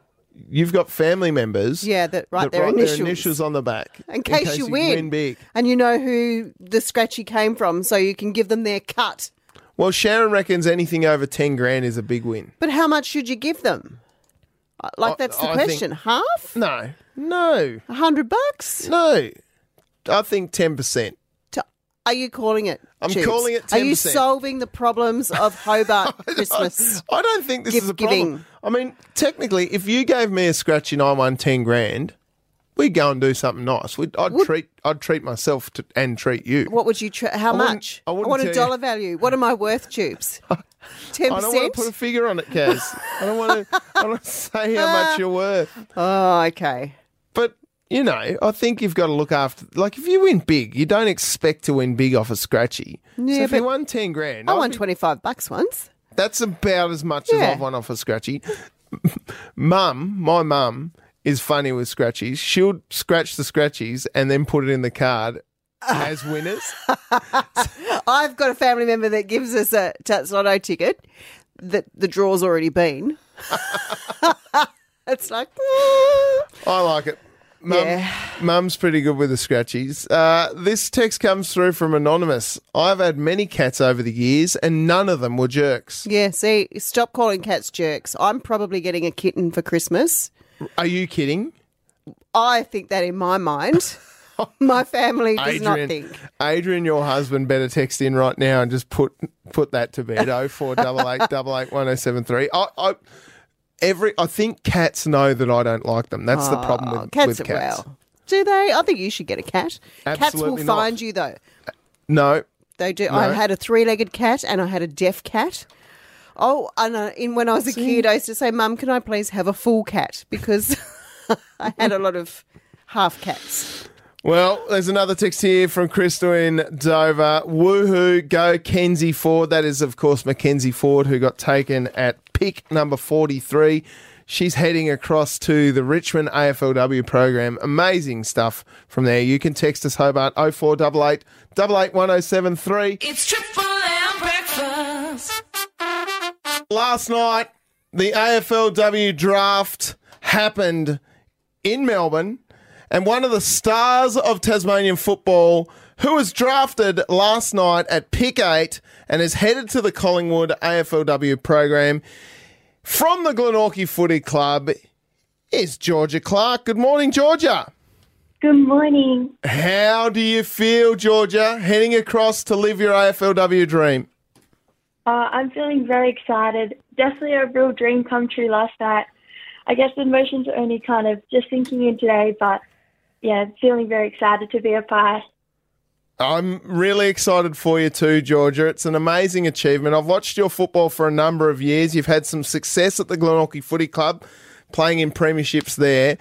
[SPEAKER 4] you've got family members.
[SPEAKER 5] Yeah, that right.
[SPEAKER 4] that
[SPEAKER 5] Their
[SPEAKER 4] write
[SPEAKER 5] initials.
[SPEAKER 4] their initials on the back.
[SPEAKER 5] in case, you, win.
[SPEAKER 4] win big.
[SPEAKER 5] and you know who the scratchy came from, so you can give them their cut.
[SPEAKER 4] Well, Sharon reckons anything over 10 grand is a big win.
[SPEAKER 5] But how much should you give them? Uh, Like
[SPEAKER 4] I-
[SPEAKER 5] that's the
[SPEAKER 4] I think-
[SPEAKER 5] question. Half?
[SPEAKER 4] No, no,
[SPEAKER 5] A hundred bucks?
[SPEAKER 4] no. I think 10%.
[SPEAKER 5] To- Are you calling it?
[SPEAKER 4] I'm
[SPEAKER 5] Tubes?
[SPEAKER 4] calling it
[SPEAKER 5] Are you
[SPEAKER 4] 10%.
[SPEAKER 5] solving the problems of Hobart Christmas?
[SPEAKER 4] I don't think this
[SPEAKER 5] Gift
[SPEAKER 4] is a problem.
[SPEAKER 5] giving.
[SPEAKER 4] I mean, technically, if you gave me a scratchy and I won 10 grand, we'd go and do something nice. We'd, I'd, treat, I'd treat myself to, and treat you.
[SPEAKER 5] What would you? Tra- how
[SPEAKER 4] I wouldn't-
[SPEAKER 5] much?
[SPEAKER 4] I wouldn't
[SPEAKER 5] want
[SPEAKER 4] tell
[SPEAKER 5] a
[SPEAKER 4] you.
[SPEAKER 5] dollar value. What am I worth, Tubes? Ten
[SPEAKER 4] I don't want
[SPEAKER 5] percent.
[SPEAKER 4] to put a figure on it, Kaz. I don't want to. I don't want to say how
[SPEAKER 5] Uh,
[SPEAKER 4] much you're worth.
[SPEAKER 5] Oh, okay.
[SPEAKER 4] But you know, I think you've got to look after. Like, if you win big, you don't expect to win big off a scratchy. so
[SPEAKER 5] Yeah,
[SPEAKER 4] if you
[SPEAKER 5] but
[SPEAKER 4] won ten grand,
[SPEAKER 5] I
[SPEAKER 4] I'd
[SPEAKER 5] won
[SPEAKER 4] be-
[SPEAKER 5] twenty-five bucks once.
[SPEAKER 4] That's about as much as
[SPEAKER 5] Yeah.
[SPEAKER 4] I've won off a scratchy. mum, my mum is funny with scratchies. She'll scratch the scratchies and then put it in the card
[SPEAKER 5] Ah.
[SPEAKER 4] as winners.
[SPEAKER 5] I've got a family member that gives us a Tats Lotto ticket that the draw's already been. it's like, mm.
[SPEAKER 4] I like it. Mum,
[SPEAKER 5] Yeah.
[SPEAKER 4] Mum's pretty good with the scratchies. Uh, this text comes through from Anonymous. I've had many cats over the years and none of them were jerks.
[SPEAKER 5] yeah, see, stop calling cats jerks. I'm probably getting a kitten for Christmas.
[SPEAKER 4] Are you kidding?
[SPEAKER 5] I think that in my mind. My family does not think.
[SPEAKER 4] Adrian, your husband better text in right now and just put put that to bed. Oh four double eight double eight one oh seven three. I, I every I think cats know that I don't like them. That's the problem
[SPEAKER 5] Oh,
[SPEAKER 4] with
[SPEAKER 5] cats
[SPEAKER 4] with
[SPEAKER 5] are
[SPEAKER 4] cats.
[SPEAKER 5] well. Do they? I think you should get a cat.
[SPEAKER 4] Absolutely
[SPEAKER 5] cats will
[SPEAKER 4] not.
[SPEAKER 5] find you though.
[SPEAKER 4] No.
[SPEAKER 5] They do. I
[SPEAKER 4] No.
[SPEAKER 5] had a three-legged cat and I had a deaf cat. Oh, and uh, in when I was a kid, I used to say, "Mum, can I please have a full cat?" Because I had a lot of half cats.
[SPEAKER 4] Well, there's another text here from Crystal in Dover. Woohoo, go Kenzie Ford. That is, of course, Mackenzie Ford, who got taken at pick number 43. She's heading across to the Richmond AFLW program. Amazing stuff from there. You can text us Hobart 0488 881073.
[SPEAKER 2] It's Triple M breakfast.
[SPEAKER 4] Last night, the AFLW draft happened in Melbourne, and one of the stars of Tasmanian football, who was drafted last night at pick eight and is headed to the Collingwood AFLW program from the Glenorchy Footy Club, is Georgia Clark. Good morning, Georgia.
[SPEAKER 10] Good morning.
[SPEAKER 4] How do you feel, Georgia, heading across to live your AFLW dream?
[SPEAKER 10] Uh, I'm feeling very excited. Definitely a real dream come true last night. I guess the emotions are only kind of just sinking in today, but yeah, feeling very excited to be a part.
[SPEAKER 4] I'm really excited for you too, Georgia. It's an amazing achievement. I've watched your football for a number of years. You've had some success at the Glenorchy Footy Club, playing in premierships there.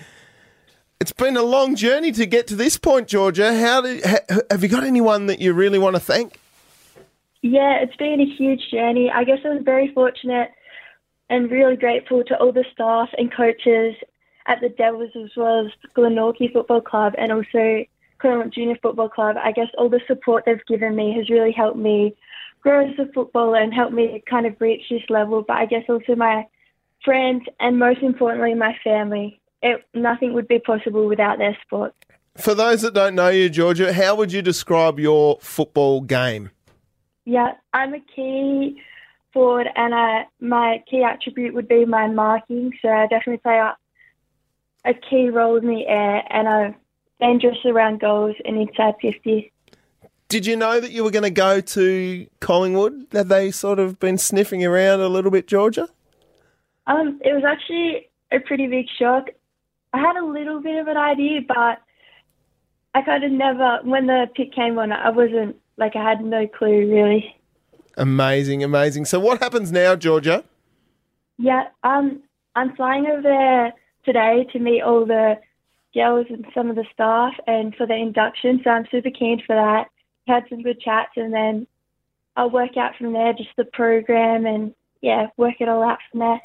[SPEAKER 4] It's been a long journey to get to this point, Georgia. How do, ha, have you got anyone that you really want to thank?
[SPEAKER 10] Yeah, it's been a huge journey. I guess I was very fortunate and really grateful to all the staff and coaches at the Devils as well as Glenorchy Football Club and also Claremont Junior Football Club. I guess all the support they've given me has really helped me grow as a footballer and helped me kind of reach this level. But I guess also my friends and most importantly my family. It, nothing would be possible without their support.
[SPEAKER 4] For those that don't know you, Georgia, how would you describe your football game?
[SPEAKER 10] Yeah, I'm a key forward, and I, my key attribute would be my marking. So I definitely play a, a key role in the air, and I'm dangerous around goals and inside 50.
[SPEAKER 4] Did you know that you were going to go to Collingwood? Have they sort of been sniffing around a little bit, Georgia?
[SPEAKER 10] Um, it was actually a pretty big shock. I had a little bit of an idea, but I kind of never, when the pick came on, I wasn't, like, I had no clue really.
[SPEAKER 4] Amazing, amazing. So what happens now, Georgia?
[SPEAKER 10] Yeah, um, I'm flying over there today to meet all the girls and some of the staff and for the induction, so I'm super keen for that. Had some good chats and then I'll work out from there just the program and yeah, work it all out from there.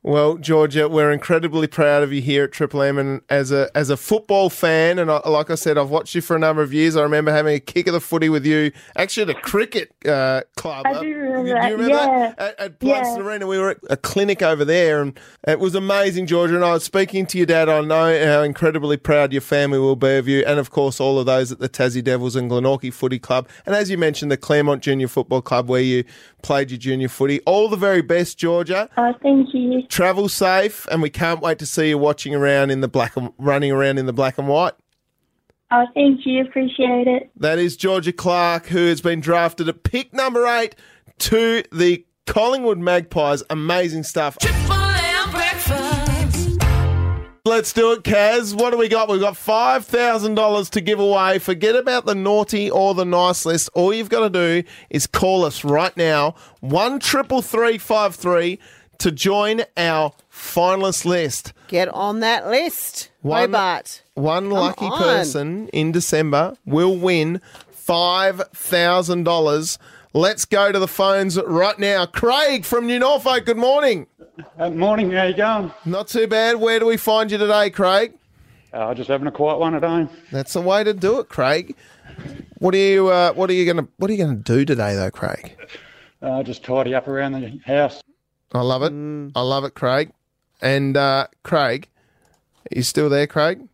[SPEAKER 4] Well, Georgia, we're incredibly proud of you here at Triple M, and as a as a football fan, and I, like I said, I've watched you for a number of years. I remember having a kick of the footy with you, actually at a cricket uh, club.
[SPEAKER 10] I do remember
[SPEAKER 4] Do
[SPEAKER 10] that,
[SPEAKER 4] you remember
[SPEAKER 10] yeah.
[SPEAKER 4] that? At, at Blunston
[SPEAKER 10] Yeah.
[SPEAKER 4] Arena, we were at a clinic over there, and it was amazing, Georgia. And I was speaking to your dad. I know how incredibly proud your family will be of you, and of course, all of those at the Tassie Devils and Glenorchy Footy Club, and as you mentioned, the Claremont Junior Football Club, where you played your junior footy. All the very best, Georgia
[SPEAKER 10] Uh, thank you.
[SPEAKER 4] travel safe, and we can't wait to see you watching around in the black and running around in the black and white.
[SPEAKER 10] Oh, thank you. Appreciate it.
[SPEAKER 4] That is Georgia Clark, who has been drafted at pick number eight to the Collingwood Magpies. Amazing stuff.
[SPEAKER 2] Triple M breakfast.
[SPEAKER 4] Let's do it, Kaz. What do we got? We've got five thousand dollars to give away. Forget about the naughty or the nice list. All you've got to do is call us right now one triple three five three to join our finalist list.
[SPEAKER 5] Get on that list,
[SPEAKER 4] One-
[SPEAKER 5] Hobart.
[SPEAKER 4] One lucky
[SPEAKER 5] on.
[SPEAKER 4] person in December will win $5,000. Let's go to the phones right now. Craig from New Norfolk, good morning.
[SPEAKER 11] Uh, morning, how you going?
[SPEAKER 4] Not too bad. Where do we find you today, Craig?
[SPEAKER 11] Uh, just having a quiet one at home.
[SPEAKER 4] That's the way to do it, Craig. What are you uh, what are you going to what are you going to do today though, Craig?
[SPEAKER 11] Uh, just tidy up around the house.
[SPEAKER 4] I love it. I love it, Craig. And uh, Craig, are you still there, Craig?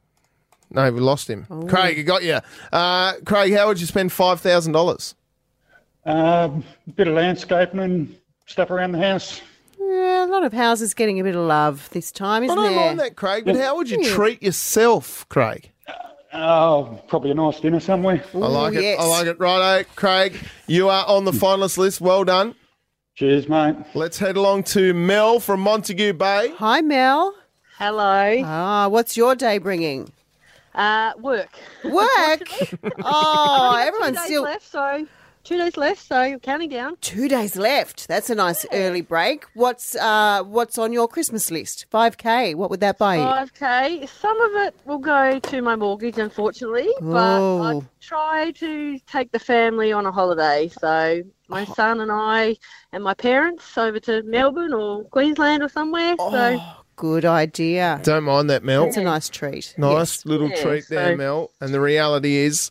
[SPEAKER 4] No, we lost him. Craig, I got you. Uh, Craig, how would you spend $5,000?
[SPEAKER 11] Um, bit of landscaping and stuff around the house.
[SPEAKER 5] Yeah, a lot of houses getting a bit of love this time, isn't
[SPEAKER 4] I don't
[SPEAKER 5] there?
[SPEAKER 4] mind that, Craig, but how would you
[SPEAKER 5] Yeah.
[SPEAKER 4] treat yourself, Craig?
[SPEAKER 11] Oh, probably a nice dinner somewhere.
[SPEAKER 4] I like it.
[SPEAKER 5] yes.
[SPEAKER 4] I like it. Righto, Craig, you are on the finalist list. Well done.
[SPEAKER 11] Cheers, mate.
[SPEAKER 4] Let's head along to Mel from Montague Bay.
[SPEAKER 5] Hi, Mel.
[SPEAKER 12] Hello.
[SPEAKER 5] Ah, what's your day bringing?
[SPEAKER 12] Uh, work.
[SPEAKER 5] Work. oh,
[SPEAKER 12] Two
[SPEAKER 5] everyone's
[SPEAKER 12] days
[SPEAKER 5] still
[SPEAKER 12] left, so two days left, so counting down.
[SPEAKER 5] two days left. That's a nice early break. What's uh, what's on your Christmas list? Five k. What would that buy? you?
[SPEAKER 12] Five k. Some of it will go to my mortgage, unfortunately, but I
[SPEAKER 5] Oh.
[SPEAKER 12] try to take the family on a holiday. So my son and I and my parents over to Melbourne or Queensland or somewhere. So
[SPEAKER 5] Good idea.
[SPEAKER 4] Don't mind that, Mel.
[SPEAKER 5] That's a nice treat.
[SPEAKER 4] Nice little
[SPEAKER 12] Yeah,
[SPEAKER 4] treat there,
[SPEAKER 12] so-
[SPEAKER 4] Mel. And the reality is,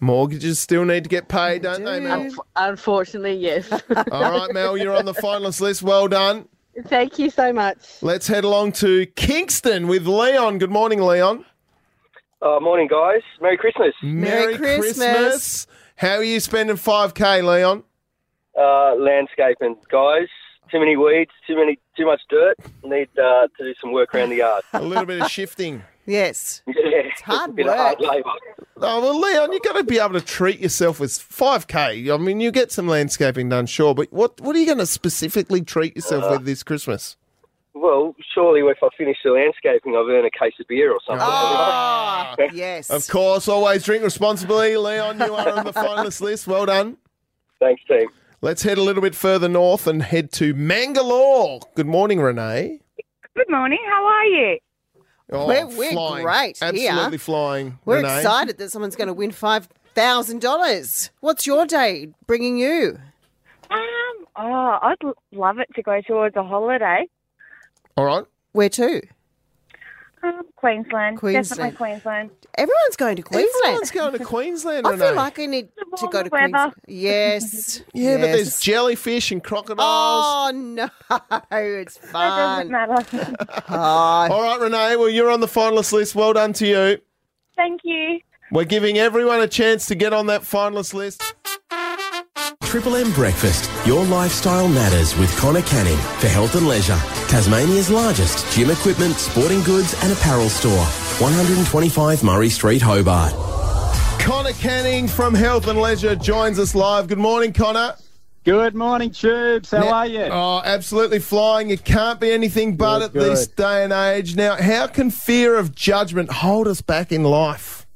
[SPEAKER 4] mortgages still need to get paid, don't they, Mel?
[SPEAKER 12] unf- unfortunately, yes.
[SPEAKER 4] All right, Mel, you're on the finalist list. Well done.
[SPEAKER 12] Thank you so much.
[SPEAKER 4] Let's head along to Kingston with Leon. Good morning, Leon.
[SPEAKER 13] Uh, morning, guys. Merry Christmas.
[SPEAKER 5] Merry Christmas.
[SPEAKER 4] How are you spending 5K, Leon?
[SPEAKER 13] Uh, landscaping, guys. Too many weeds, too many, too much dirt. Need uh, to do some work around the yard.
[SPEAKER 4] A little bit of shifting.
[SPEAKER 5] Yes.
[SPEAKER 13] Yeah, it's
[SPEAKER 5] hard
[SPEAKER 13] been a hard labour.
[SPEAKER 4] Oh well, Leon, you got to be able to treat yourself with five k. I mean, you get some landscaping done, sure, but what what are you going to specifically treat yourself with this Christmas?
[SPEAKER 13] well, surely if I finish the landscaping, I've earned a case of beer or something.
[SPEAKER 5] Ah. yes.
[SPEAKER 4] Of course, always drink responsibly. Leon, you are on the finalist list. Well done.
[SPEAKER 13] Thanks, team.
[SPEAKER 4] Let's head a little bit further north and head to Mangalore. Good morning, Renee.
[SPEAKER 10] Good morning. How are you?
[SPEAKER 4] Oh,
[SPEAKER 5] we're we're
[SPEAKER 4] flying.
[SPEAKER 5] great
[SPEAKER 4] Absolutely
[SPEAKER 5] here.
[SPEAKER 4] flying.
[SPEAKER 5] We're
[SPEAKER 4] Renee.
[SPEAKER 5] excited that someone's going to win five thousand dollars. What's your day bringing you?
[SPEAKER 10] Um, oh, I'd l- love it to go towards a holiday.
[SPEAKER 4] All right.
[SPEAKER 5] Where to?
[SPEAKER 10] Um, Queensland.
[SPEAKER 5] Queensland.
[SPEAKER 10] Definitely Queensland.
[SPEAKER 5] Everyone's going to Queensland.
[SPEAKER 4] Everyone's going to Queensland.
[SPEAKER 5] I feel
[SPEAKER 4] Renee.
[SPEAKER 5] like I need to go to
[SPEAKER 10] weather.
[SPEAKER 5] Queensland. Yes.
[SPEAKER 4] Yeah, but
[SPEAKER 5] yes.
[SPEAKER 4] there's jellyfish and crocodiles.
[SPEAKER 5] Oh no, it's
[SPEAKER 10] doesn't
[SPEAKER 5] fun.
[SPEAKER 10] matter.
[SPEAKER 4] All right, Renee. Well, you're on the finalist list. Well done to you.
[SPEAKER 10] Thank you.
[SPEAKER 4] We're giving everyone a chance to get on that finalist list.
[SPEAKER 3] Triple M Breakfast. Your lifestyle matters with Connor Canning for health and leisure. Tasmania's largest gym equipment, sporting goods and apparel store. 125 Murray Street, Hobart.
[SPEAKER 4] Connor Canning from Health and Leisure joins us live. Good morning, Connor.
[SPEAKER 14] Good morning, Tubes. How are you?
[SPEAKER 4] Oh, absolutely flying. It can't be anything but
[SPEAKER 14] Good,
[SPEAKER 4] at this
[SPEAKER 14] good.
[SPEAKER 4] day and age. Now, how can fear of judgment hold us back in life?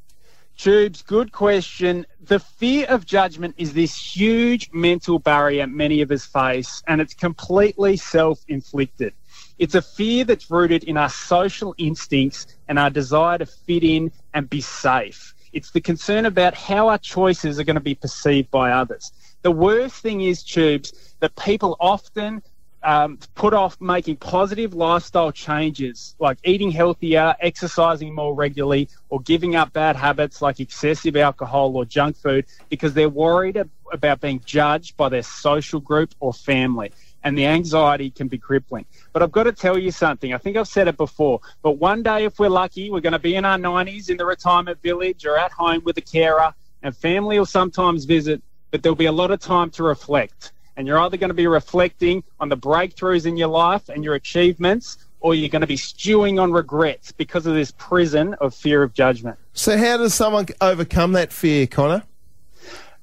[SPEAKER 14] Tubes, good question. The fear of judgment is this huge mental barrier many of us face, and it's completely self inflicted. It's a fear that's rooted in our social instincts and our desire to fit in and be safe. It's the concern about how our choices are going to be perceived by others. The worst thing is, Tubes, that people often um, put off making positive lifestyle changes like eating healthier, exercising more regularly, or giving up bad habits like excessive alcohol or junk food because they're worried ab- about being judged by their social group or family. And the anxiety can be crippling. But I've got to tell you something. I think I've said it before, but one day, if we're lucky, we're going to be in our 90s in the retirement village or at home with a carer, and family will sometimes visit, but there'll be a lot of time to reflect and you're either going to be reflecting on the breakthroughs in your life and your achievements, or you're going to be stewing on regrets because of this prison of fear of judgment.
[SPEAKER 4] So, how does someone overcome that fear, Connor?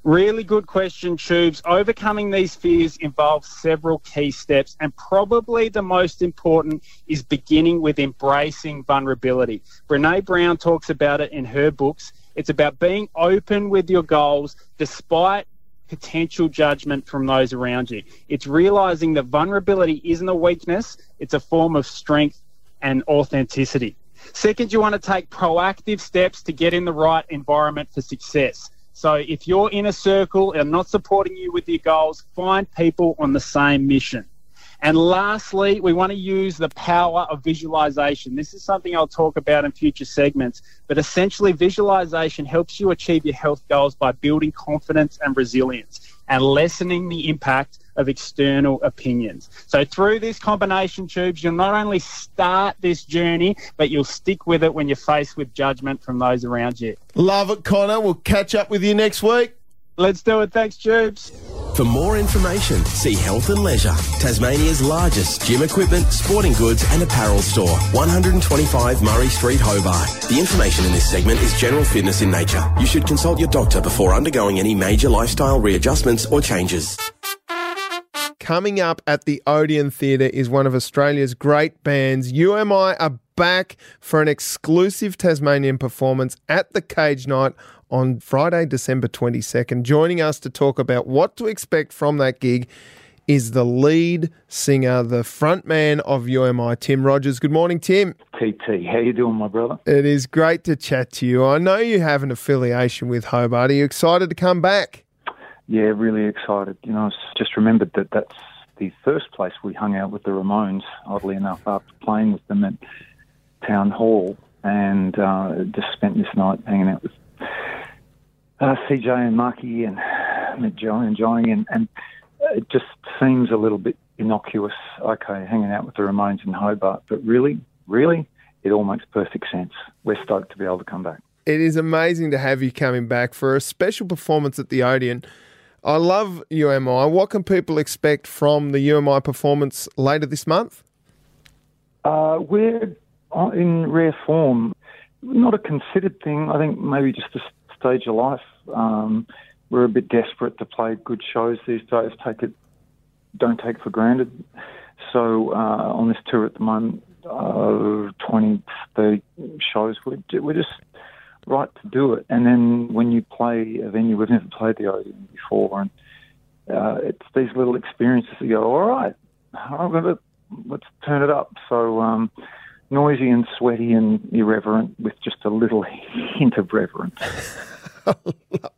[SPEAKER 14] Really good question, Tubes. Overcoming these fears involves several key steps, and probably the most important is beginning with embracing vulnerability. Brene Brown talks about it in her books. It's about being open with your goals despite potential judgment from those around you. It's realizing that vulnerability isn't a weakness, it's a form of strength and authenticity. Second, you want to take proactive steps to get in the right environment for success. So if your inner circle are not supporting you with your goals, find people on the same mission. And lastly, we want to use the power of visualization. This is something I'll talk about in future segments, but essentially, visualization helps you achieve your health goals by building confidence and resilience and lessening the impact of external opinions. So, through this combination, tubes, you'll not only start this journey, but you'll stick with it when you're faced with judgment from those around you.
[SPEAKER 4] Love it, Connor. We'll catch up with you next week.
[SPEAKER 14] Let's do it. Thanks, Tubes.
[SPEAKER 3] For more information, see Health and Leisure, Tasmania's largest gym equipment, sporting goods and apparel store, 125 Murray Street, Hobart. The information in this segment is general fitness in nature. You should consult your doctor before undergoing any major lifestyle readjustments or changes.
[SPEAKER 4] Coming up at the Odeon Theatre is one of Australia's great bands. UMI are back for an exclusive Tasmanian performance at the Cage Night on Friday, December 22nd. Joining us to talk about what to expect from that gig is the lead singer, the frontman of UMI, Tim Rogers. Good morning, Tim.
[SPEAKER 15] TT, how you doing, my brother?
[SPEAKER 4] It is great to chat to you. I know you have an affiliation with Hobart. Are you excited to come back?
[SPEAKER 15] Yeah, really excited. You know, I s- just remembered that that's the first place we hung out with the Ramones, oddly enough, after playing with them at Town Hall, and uh, just spent this night hanging out with uh, CJ and Marky and met Joey and Johnny, and, and it just seems a little bit innocuous. Okay, hanging out with the Ramones in Hobart, but really, really, it all makes perfect sense. We're stoked to be able to come back.
[SPEAKER 4] It is amazing to have you coming back for a special performance at the Odeon. I love UMI. What can people expect from the UMI performance later this month?
[SPEAKER 15] Uh, we're on- Oh, in rare form. Not a considered thing. I think maybe just the s- stage of life. Um, we're a bit desperate to play good shows these days. Take it, don't take it for granted. So uh, on this tour at the moment, uh, 20, 30 shows. We're, ju- we're just right to do it. And then when you play a venue, we've never played the Odeon before, and uh, it's these little experiences that go, all right, I'm gonna, let's turn it up. So um, noisy and sweaty and irreverent with just a little hint of reverence.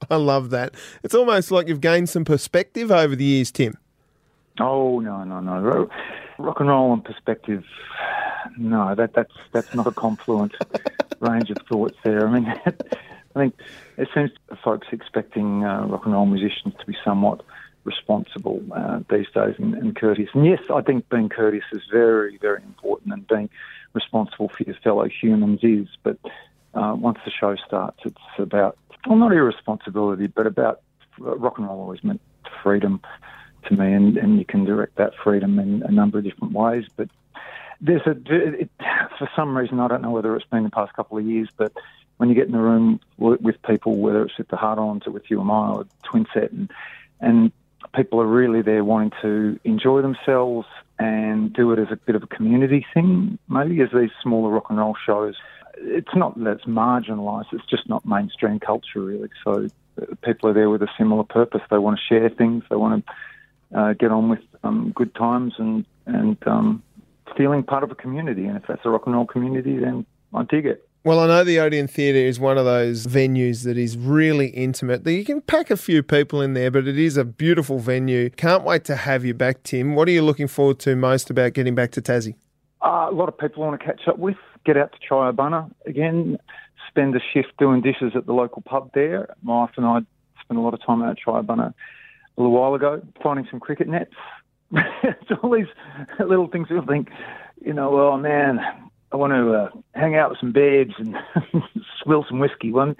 [SPEAKER 4] I love that. It's almost like you've gained some perspective over the years, Tim.
[SPEAKER 15] Oh no no no! Ro- Rock and roll and perspective. No, that that's that's not a confluent range of thoughts there. I mean, I think it seems to folks expecting uh, rock and roll musicians to be somewhat responsible uh, these days and, and courteous. And yes, I think being courteous is very very important, and being responsible for your fellow humans is. But uh, once the show starts, it's about well, not irresponsibility, but about uh, rock and roll always meant freedom to me, and, and you can direct that freedom in a number of different ways. But there's a it, for some reason I don't know whether it's been the past couple of years, but when you get in the room w- with people, whether it's with the Hard-Ons or with you and I or Twin Set, and, and people are really there wanting to enjoy themselves and do it as a bit of a community thing, maybe as these smaller rock and roll shows. It's not that it's marginalised; it's just not mainstream culture really. So uh, people are there with a similar purpose. They want to share things. They want to uh, get on with um, good times and and um, feeling part of a community. And if that's a rock and roll community, then I dig it.
[SPEAKER 4] Well, I know the Odeon Theatre is one of those venues that is really intimate. That you can pack a few people in there, but it is a beautiful venue. Can't wait to have you back, Tim. What are you looking forward to most about getting back to Tassie?
[SPEAKER 15] Uh, a lot of people want to catch up with. Get out to Chiobana again. Spend a shift doing dishes at the local pub there. My wife and I spent a lot of time out at Chiobana a little while ago, finding some cricket nets. it's all these little things we think, you know, oh man, I want to uh, hang out with some babes and swill some whiskey. One,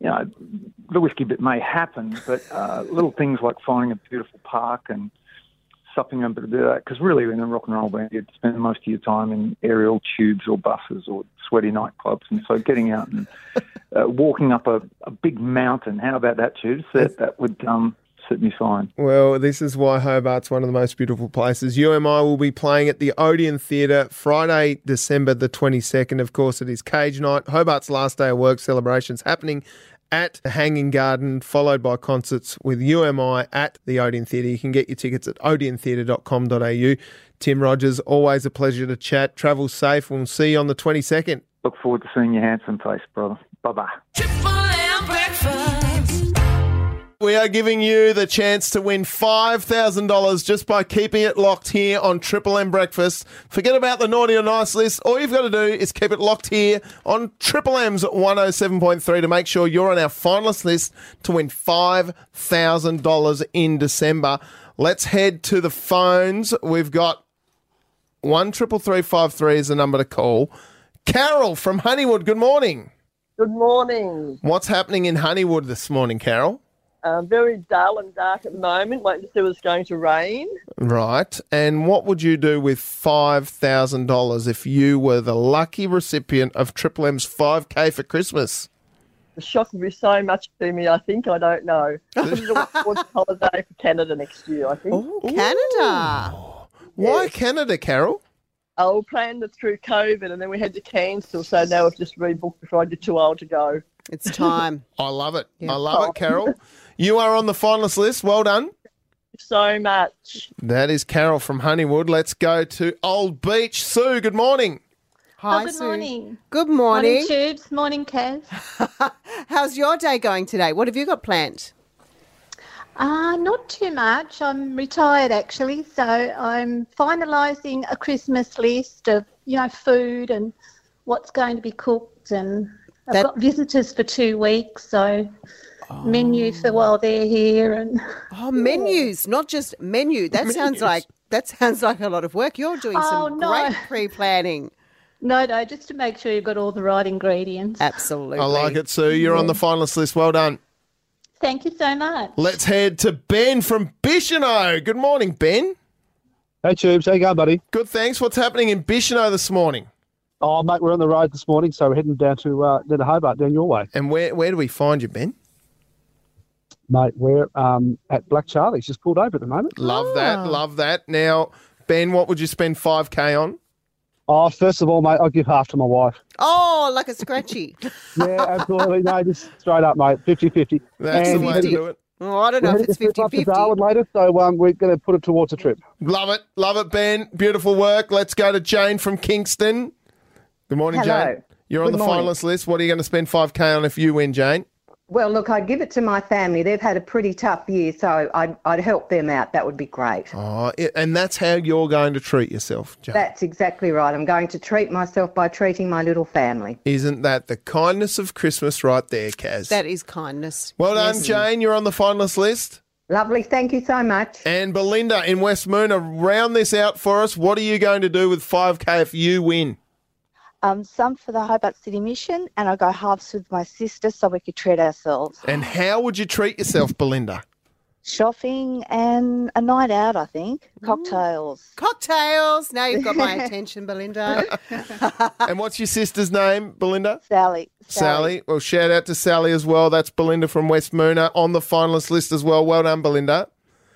[SPEAKER 15] you know, the whiskey bit may happen, but uh, little things like finding a beautiful park and supping a bit of that. Because really, in a rock and roll band, you'd spend most of your time in aerial tubes or buses or sweaty nightclubs. And so getting out and uh, walking up a, a big mountain, how about that, Tubes? That, that would um, sit me fine.
[SPEAKER 4] Well, this is why Hobart's one of the most beautiful places. You and I will be playing at the Odeon Theatre Friday, December the 22nd. Of course, it is Cage Night. Hobart's last day of work celebrations happening at the Hanging Garden, followed by concerts with UMI at the Odeon Theatre. You can get your tickets at odeontheatre.com.au. Tim Rogers, always a pleasure to chat. Travel safe. We'll see you on the 22nd.
[SPEAKER 15] Look forward to seeing your handsome face, brother. Bye bye.
[SPEAKER 4] We are giving you the chance to win $5,000 just by keeping it locked here on Triple M Breakfast. Forget about the naughty or nice list. All you've got to do is keep it locked here on Triple M's 107.3 to make sure you're on our finalist list to win $5,000 in December. Let's head to the phones. We've got one triple three five three is the number to call. Carol from Honeywood, good morning.
[SPEAKER 16] Good morning.
[SPEAKER 4] What's happening in Honeywood this morning, Carol?
[SPEAKER 16] Uh, very dull and dark at the moment, waiting to see what's going to rain.
[SPEAKER 4] Right. And what would you do with $5,000 if you were the lucky recipient of Triple M's 5K for Christmas?
[SPEAKER 16] The shock will be so much to me, I think. I don't know. Put it towards a holiday for Canada next year, I think.
[SPEAKER 5] Oh. Canada.
[SPEAKER 4] Why Canada, Carol?
[SPEAKER 16] Oh, planned it through COVID and then we had to cancel, so now I've just rebooked before I get too old to go.
[SPEAKER 5] It's time.
[SPEAKER 4] I love it. I love it, Carol. You are on the finalist list. Well done.
[SPEAKER 16] so much.
[SPEAKER 4] That is Carol from Honeywood. Let's go to Old Beach. Sue, good morning.
[SPEAKER 5] Hi,
[SPEAKER 17] oh, good
[SPEAKER 5] Sue.
[SPEAKER 17] morning.
[SPEAKER 5] Good morning.
[SPEAKER 17] Morning, Tubes. Morning, Kev.
[SPEAKER 5] How's your day going today? What have you got planned?
[SPEAKER 17] Uh, not too much. I'm retired actually, so I'm finalising a Christmas list of you know food and what's going to be cooked, and I've
[SPEAKER 5] That-
[SPEAKER 17] got visitors for two weeks, so menu for while they're here, and
[SPEAKER 5] Oh, menus, not just menu. That sounds
[SPEAKER 17] Menus.
[SPEAKER 5] like that sounds like a lot of work. You're doing some
[SPEAKER 17] Oh, no.
[SPEAKER 5] great pre-planning.
[SPEAKER 17] no, no, just to make sure you've got all the right ingredients.
[SPEAKER 5] Absolutely.
[SPEAKER 4] I like it, Sue. You're on the finalist list. Well done.
[SPEAKER 17] Thank you so much.
[SPEAKER 4] Let's head to Ben from Bishano. Good morning, Ben.
[SPEAKER 18] Hey, Tubes. How you going, buddy?
[SPEAKER 4] Good, thanks. What's happening in Bishano this morning?
[SPEAKER 18] Oh, mate, we're on the road this morning, so we're heading down to uh, down to Hobart, down your way.
[SPEAKER 4] And where where do we find you, Ben?
[SPEAKER 18] Mate, we're um, at Black Charlie's, just pulled over at the moment.
[SPEAKER 4] Love that. Love that. Now, Ben, what would you spend 5K on?
[SPEAKER 18] Oh, first of all, mate, I'll give half to my wife.
[SPEAKER 5] Oh, like a scratchy.
[SPEAKER 18] yeah, absolutely. No, just straight up, mate. 50 50.
[SPEAKER 5] Oh, I don't know if it's 50 50.
[SPEAKER 18] Darwin later, so um, we're going to put it towards a trip.
[SPEAKER 4] Love it. Love it, Ben. Beautiful work. Let's go to Jane from Kingston. Good morning,
[SPEAKER 19] Hello.
[SPEAKER 4] Jane. You're on
[SPEAKER 19] Good
[SPEAKER 4] the
[SPEAKER 19] morning.
[SPEAKER 4] finalist list. What are you going to spend 5K on if you win, Jane?
[SPEAKER 19] Well, look, I'd give it to my family. They've had a pretty tough year, so I'd, I'd help them out. That would be great.
[SPEAKER 4] Oh, i- and that's how you're going to treat yourself, Jane.
[SPEAKER 19] That's exactly right. I'm going to treat myself by treating my little family.
[SPEAKER 4] Isn't that the kindness of Christmas right there, Kaz?
[SPEAKER 5] That is kindness.
[SPEAKER 4] well done,
[SPEAKER 5] Yes.
[SPEAKER 4] Jane. You're on the finalist list.
[SPEAKER 19] Lovely. Thank you so much.
[SPEAKER 4] And Belinda in West Moona, round this out for us. What are you going to do with 5K if you win?
[SPEAKER 20] um, some for the Hobart City Mission, and I go halves with my sister so we could treat ourselves.
[SPEAKER 4] And how would you treat yourself, Belinda?
[SPEAKER 20] Shopping and a night out, I think.
[SPEAKER 17] Mm.
[SPEAKER 20] Cocktails.
[SPEAKER 5] Cocktails. Now you've got my attention, Belinda.
[SPEAKER 4] and what's your sister's name, Belinda?
[SPEAKER 20] Sally.
[SPEAKER 4] Sally. Well, shout out to Sally as well. That's Belinda from West Moona on the finalist list as well. Well done, Belinda.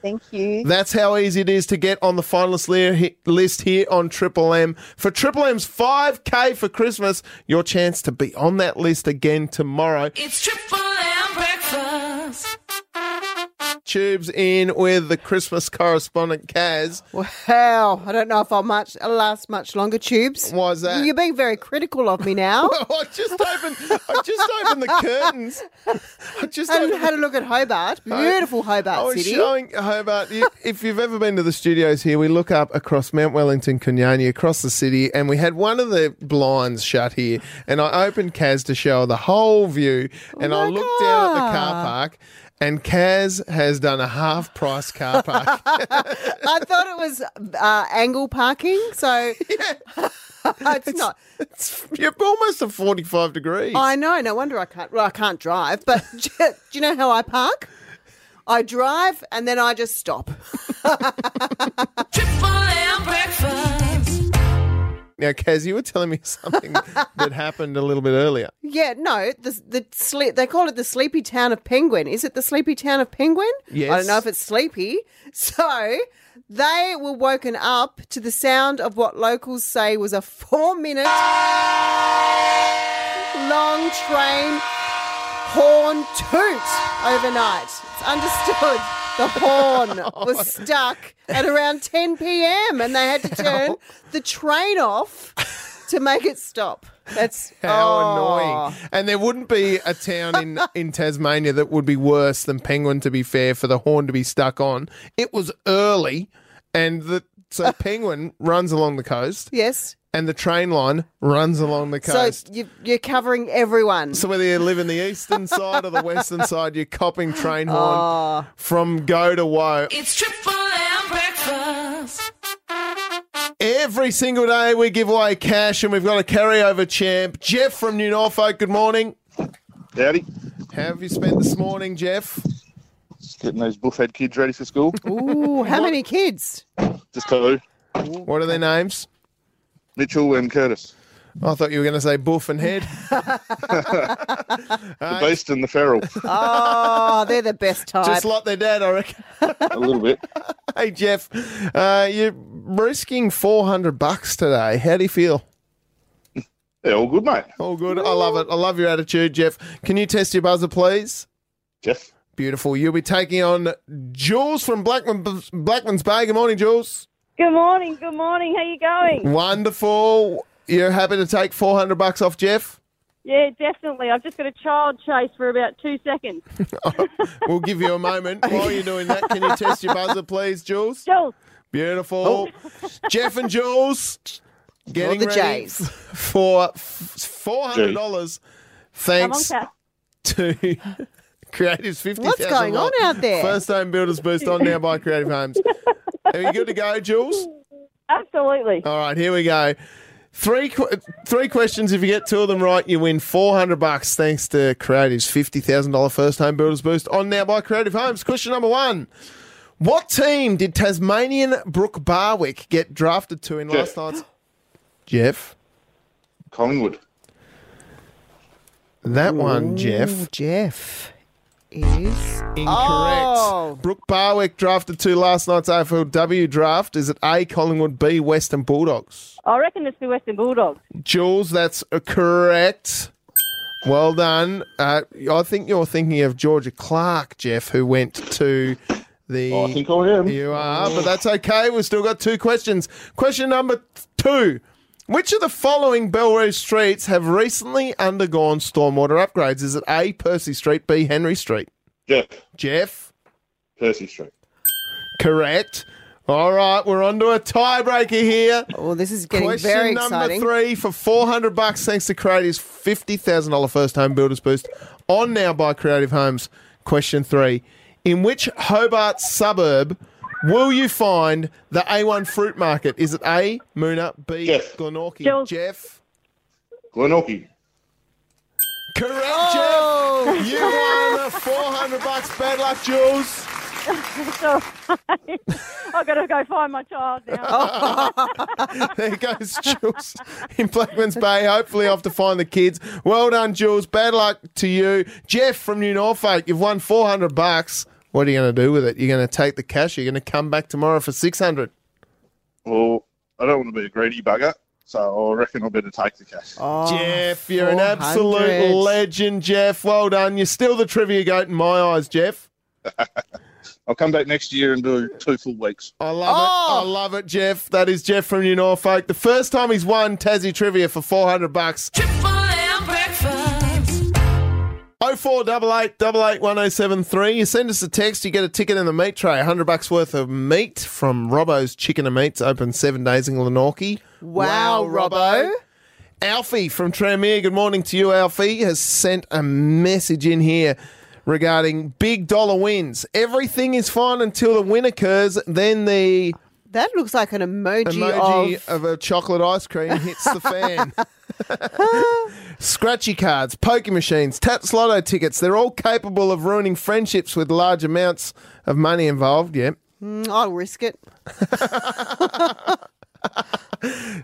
[SPEAKER 20] Thank you.
[SPEAKER 4] That's how easy it is to get on the finalist li- list here on Triple M. For Triple M's 5K for Christmas, your chance to be on that list again tomorrow.
[SPEAKER 2] It's Triple M breakfast.
[SPEAKER 4] Tubes in with the Christmas correspondent, Kaz.
[SPEAKER 5] Wow, I don't know if I'll much I'll last much longer, Tubes.
[SPEAKER 4] Why is that?
[SPEAKER 5] You're being very critical of me now.
[SPEAKER 4] I just opened, I just opened the curtains. I just
[SPEAKER 5] and
[SPEAKER 4] opened-
[SPEAKER 5] had a look at Hobart. Beautiful Hobart
[SPEAKER 4] I was
[SPEAKER 5] City.
[SPEAKER 4] Oh, showing Hobart. You, if you've ever been to the studios here, we look up across Mount Wellington, Kunyani, across the city, and we had one of the blinds shut here. And I opened Kaz to show her the whole view,
[SPEAKER 5] Oh
[SPEAKER 4] and I looked down at the car park, and Kaz has done a half price car park.
[SPEAKER 5] I thought it was uh, angle parking, so it's, not.
[SPEAKER 4] you're almost a forty-five degrees.
[SPEAKER 5] I know. No wonder I can't. Well, I can't drive. But do you- do you know how I park? I drive and then I just stop.
[SPEAKER 2] Triple M breakfast.
[SPEAKER 4] Now, Kaz, you were telling me something that happened a little bit earlier.
[SPEAKER 5] Yeah, no, the the sleep they call it the sleepy town of Penguin. Is it the sleepy town of Penguin? I
[SPEAKER 4] Yes.
[SPEAKER 5] don't know if it's sleepy. So they were woken up to the sound of what locals say was a four minute long train horn toot overnight. It's understood. The horn was stuck at around 10 p.m. and they had to turn the train off to make it stop. That's
[SPEAKER 4] How
[SPEAKER 5] oh.
[SPEAKER 4] annoying. And there wouldn't be a town in, in Tasmania that would be worse than Penguin, to be fair, for the horn to be stuck on. It was early, and the, so Penguin runs along the coast.
[SPEAKER 5] Yes.
[SPEAKER 4] And the train line runs along the coast.
[SPEAKER 5] So you, you're covering everyone.
[SPEAKER 4] So, whether you live in the eastern side or the western side, you're copping train horn
[SPEAKER 5] Oh.
[SPEAKER 4] from go to woe.
[SPEAKER 2] It's Triple M breakfast.
[SPEAKER 4] Every single day we give away cash, and we've got a carryover champ, Jeff from New Norfolk. Good morning.
[SPEAKER 21] Howdy.
[SPEAKER 4] How have you spent this morning, Jeff?
[SPEAKER 21] Just getting those buffhead kids ready for school.
[SPEAKER 5] Ooh, how many kids?
[SPEAKER 21] Just two.
[SPEAKER 4] What are their names?
[SPEAKER 21] Mitchell and Curtis.
[SPEAKER 4] I thought you were going to say Buff and Head.
[SPEAKER 21] The beast and the feral.
[SPEAKER 5] Oh, they're the best type.
[SPEAKER 4] Just like their dad, I reckon.
[SPEAKER 21] A little bit.
[SPEAKER 4] Hey, Jeff, uh, you're risking 400 bucks today. How do you feel?
[SPEAKER 21] Yeah, all good, mate.
[SPEAKER 4] All good. I love it. I love your attitude, Jeff. Can you test your buzzer, please?
[SPEAKER 21] Jeff.
[SPEAKER 4] Beautiful. You'll be taking on Jules from Blackman, Blackman's Bay. Good morning, Jules.
[SPEAKER 22] Good morning, good morning. How you going?
[SPEAKER 4] Wonderful. You're happy to take 400 bucks off Jeff?
[SPEAKER 22] Yeah, definitely. I've just got a child chase for about two seconds.
[SPEAKER 4] We'll give you a moment while you're doing that. Can you test your buzzer, please, Jules?
[SPEAKER 22] Jules.
[SPEAKER 4] Beautiful. Jeff and Jules getting
[SPEAKER 5] the
[SPEAKER 4] ready
[SPEAKER 5] J's.
[SPEAKER 4] f- for four hundred dollars. Thanks
[SPEAKER 5] Come on,
[SPEAKER 4] to Creative's fifty.
[SPEAKER 5] What's going on out there?
[SPEAKER 4] First home builders boost on now by Creative Homes. Are you good to go, Jules?
[SPEAKER 22] Absolutely.
[SPEAKER 4] All right, here we go. Three qu- three questions. If you get two of them right, you win four hundred bucks. Thanks to Creative's fifty thousand dollar first home builders boost on now by Creative Homes. Question number one: What team did Tasmanian Brooke Barwick get drafted to in last night's? Jeff.
[SPEAKER 21] Collingwood.
[SPEAKER 4] That one, Jeff.
[SPEAKER 5] Jeff is
[SPEAKER 4] Incorrect.
[SPEAKER 10] Oh.
[SPEAKER 4] Brooke Barwick drafted to last night's AFLW draft. Is it A, Collingwood, B, Western Bulldogs?
[SPEAKER 10] I reckon it's the Western Bulldogs.
[SPEAKER 4] Jules, that's uh, correct. Well done. Uh, I think you're thinking of Georgia Clark, Jeff, who went to the. Oh, I think I am. You are, but that's okay. We've still got two questions. Question number two Which of the following Belrose streets have recently undergone stormwater upgrades? Is it A, Percy Street, B, Henry Street?
[SPEAKER 21] Jeff.
[SPEAKER 4] Jeff?
[SPEAKER 21] Percy Street.
[SPEAKER 4] Correct. All right, we're on to a tiebreaker here.
[SPEAKER 5] Oh, this is getting
[SPEAKER 4] Question
[SPEAKER 5] very
[SPEAKER 4] number
[SPEAKER 5] exciting.
[SPEAKER 4] three for 400 bucks, thanks to Creative's $50,000 first home builders boost. On now by Creative Homes. Question three In which Hobart suburb will you find the A1 fruit market? Is it A, Moona, B, Glenorchy? Jeff?
[SPEAKER 21] Glenorchy.
[SPEAKER 4] Correct, Jeff! You won 400 bucks. Bad luck, Jules.
[SPEAKER 10] I've got to go find my child now.
[SPEAKER 4] there goes Jules in Blackman's Bay, hopefully off to find the kids. Well done, Jules. Bad luck to you. Jeff from New Norfolk, you've won 400 bucks. What are you going to do with it? You're going to take the cash, you're going to come back tomorrow for 600.
[SPEAKER 21] Well, I don't want to be a greedy bugger, so I reckon I better take the cash.
[SPEAKER 4] Jeff, you're an absolute legend, Jeff. Well done. You're still the trivia goat in my eyes, Jeff.
[SPEAKER 21] I'll come back next year and do two full weeks.
[SPEAKER 4] I love
[SPEAKER 5] Oh!
[SPEAKER 4] it. I love it, Jeff. That is Jeff from New Norfolk. The first time he's won Tassie Trivia for 400 bucks.
[SPEAKER 2] breakfast.
[SPEAKER 4] 0488881073. You send us a text, you get a ticket in the meat tray. 100 bucks worth of meat from Robbo's Chicken and Meats, open seven days in Glenorchy.
[SPEAKER 5] Wow, Robbo.
[SPEAKER 4] Alfie from Tranmere, good morning to you, Alfie, has sent a message in here regarding big dollar wins. Everything is fine until the win occurs, then the
[SPEAKER 5] That looks like an emoji,
[SPEAKER 4] emoji
[SPEAKER 5] of
[SPEAKER 4] of a chocolate ice cream hits the fan. Scratchy cards, poker machines, taps lotto tickets, they're all capable of ruining friendships with large amounts of money involved. Yep.
[SPEAKER 5] Mm, I'll risk it.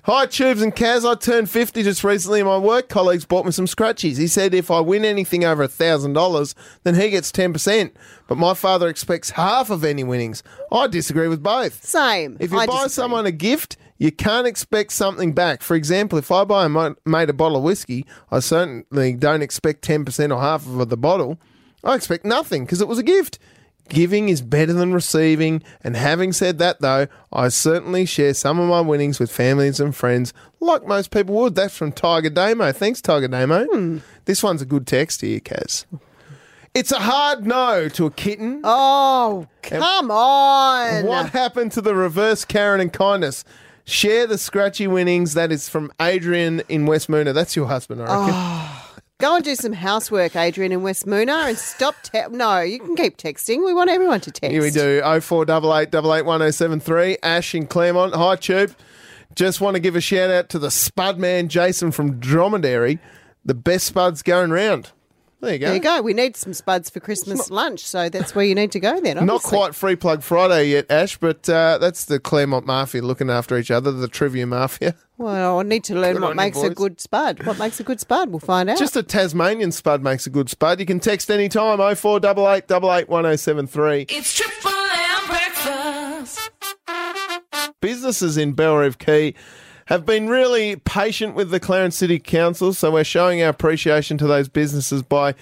[SPEAKER 4] Hi, Tubes and Kaz. I turned 50 just recently, and my work colleagues bought me some scratchies. He said if I win anything over $1,000, then he gets 10%. But my father expects half of any winnings. I disagree with both.
[SPEAKER 5] Same.
[SPEAKER 4] If you
[SPEAKER 5] I
[SPEAKER 4] buy
[SPEAKER 5] disagree.
[SPEAKER 4] someone a gift, you can't expect something back. For example, if I buy a mo- mate a bottle of whiskey, I certainly don't expect 10% or half of the bottle. I expect nothing because it was a gift. Giving is better than receiving. And having said that, though, I certainly share some of my winnings with families and friends, like most people would. That's from Tiger Damo. Thanks, Tiger Damo.
[SPEAKER 5] Hmm.
[SPEAKER 4] This one's a good text here, Kaz. It's a hard no to a kitten.
[SPEAKER 5] Oh, come on.
[SPEAKER 4] What happened to the reverse Karen and kindness? Share the scratchy winnings. That is from Adrian in West Moona. That's your husband, I reckon.
[SPEAKER 5] Oh, Go and do some housework, Adrian in West Moona, and stop. Te- no, you can keep texting. We want everyone to text.
[SPEAKER 4] Here we do. 0488881073. Ash in Claremont. Hi, Tube. Just want to give a shout out to the Spud Man, Jason from Dromedary. The best spuds going round. There you go.
[SPEAKER 5] There you go. We need some spuds for Christmas lunch, so that's where you need to go then.
[SPEAKER 4] Not
[SPEAKER 5] obviously.
[SPEAKER 4] quite free plug Friday yet, Ash, but uh, that's the Claremont Mafia looking after each other, the Trivia Mafia.
[SPEAKER 5] Well, I need to learn
[SPEAKER 4] Good on
[SPEAKER 5] what
[SPEAKER 4] you,
[SPEAKER 5] makes a
[SPEAKER 4] boys.
[SPEAKER 5] good spud. What makes a good spud? We'll find out.
[SPEAKER 4] Just a Tasmanian spud makes a good spud. You can text oh any time 0488881073.
[SPEAKER 2] It's triple M breakfast.
[SPEAKER 4] Businesses in Belrive Key have been really patient with the Clarence City Council, so we're showing our appreciation to those businesses by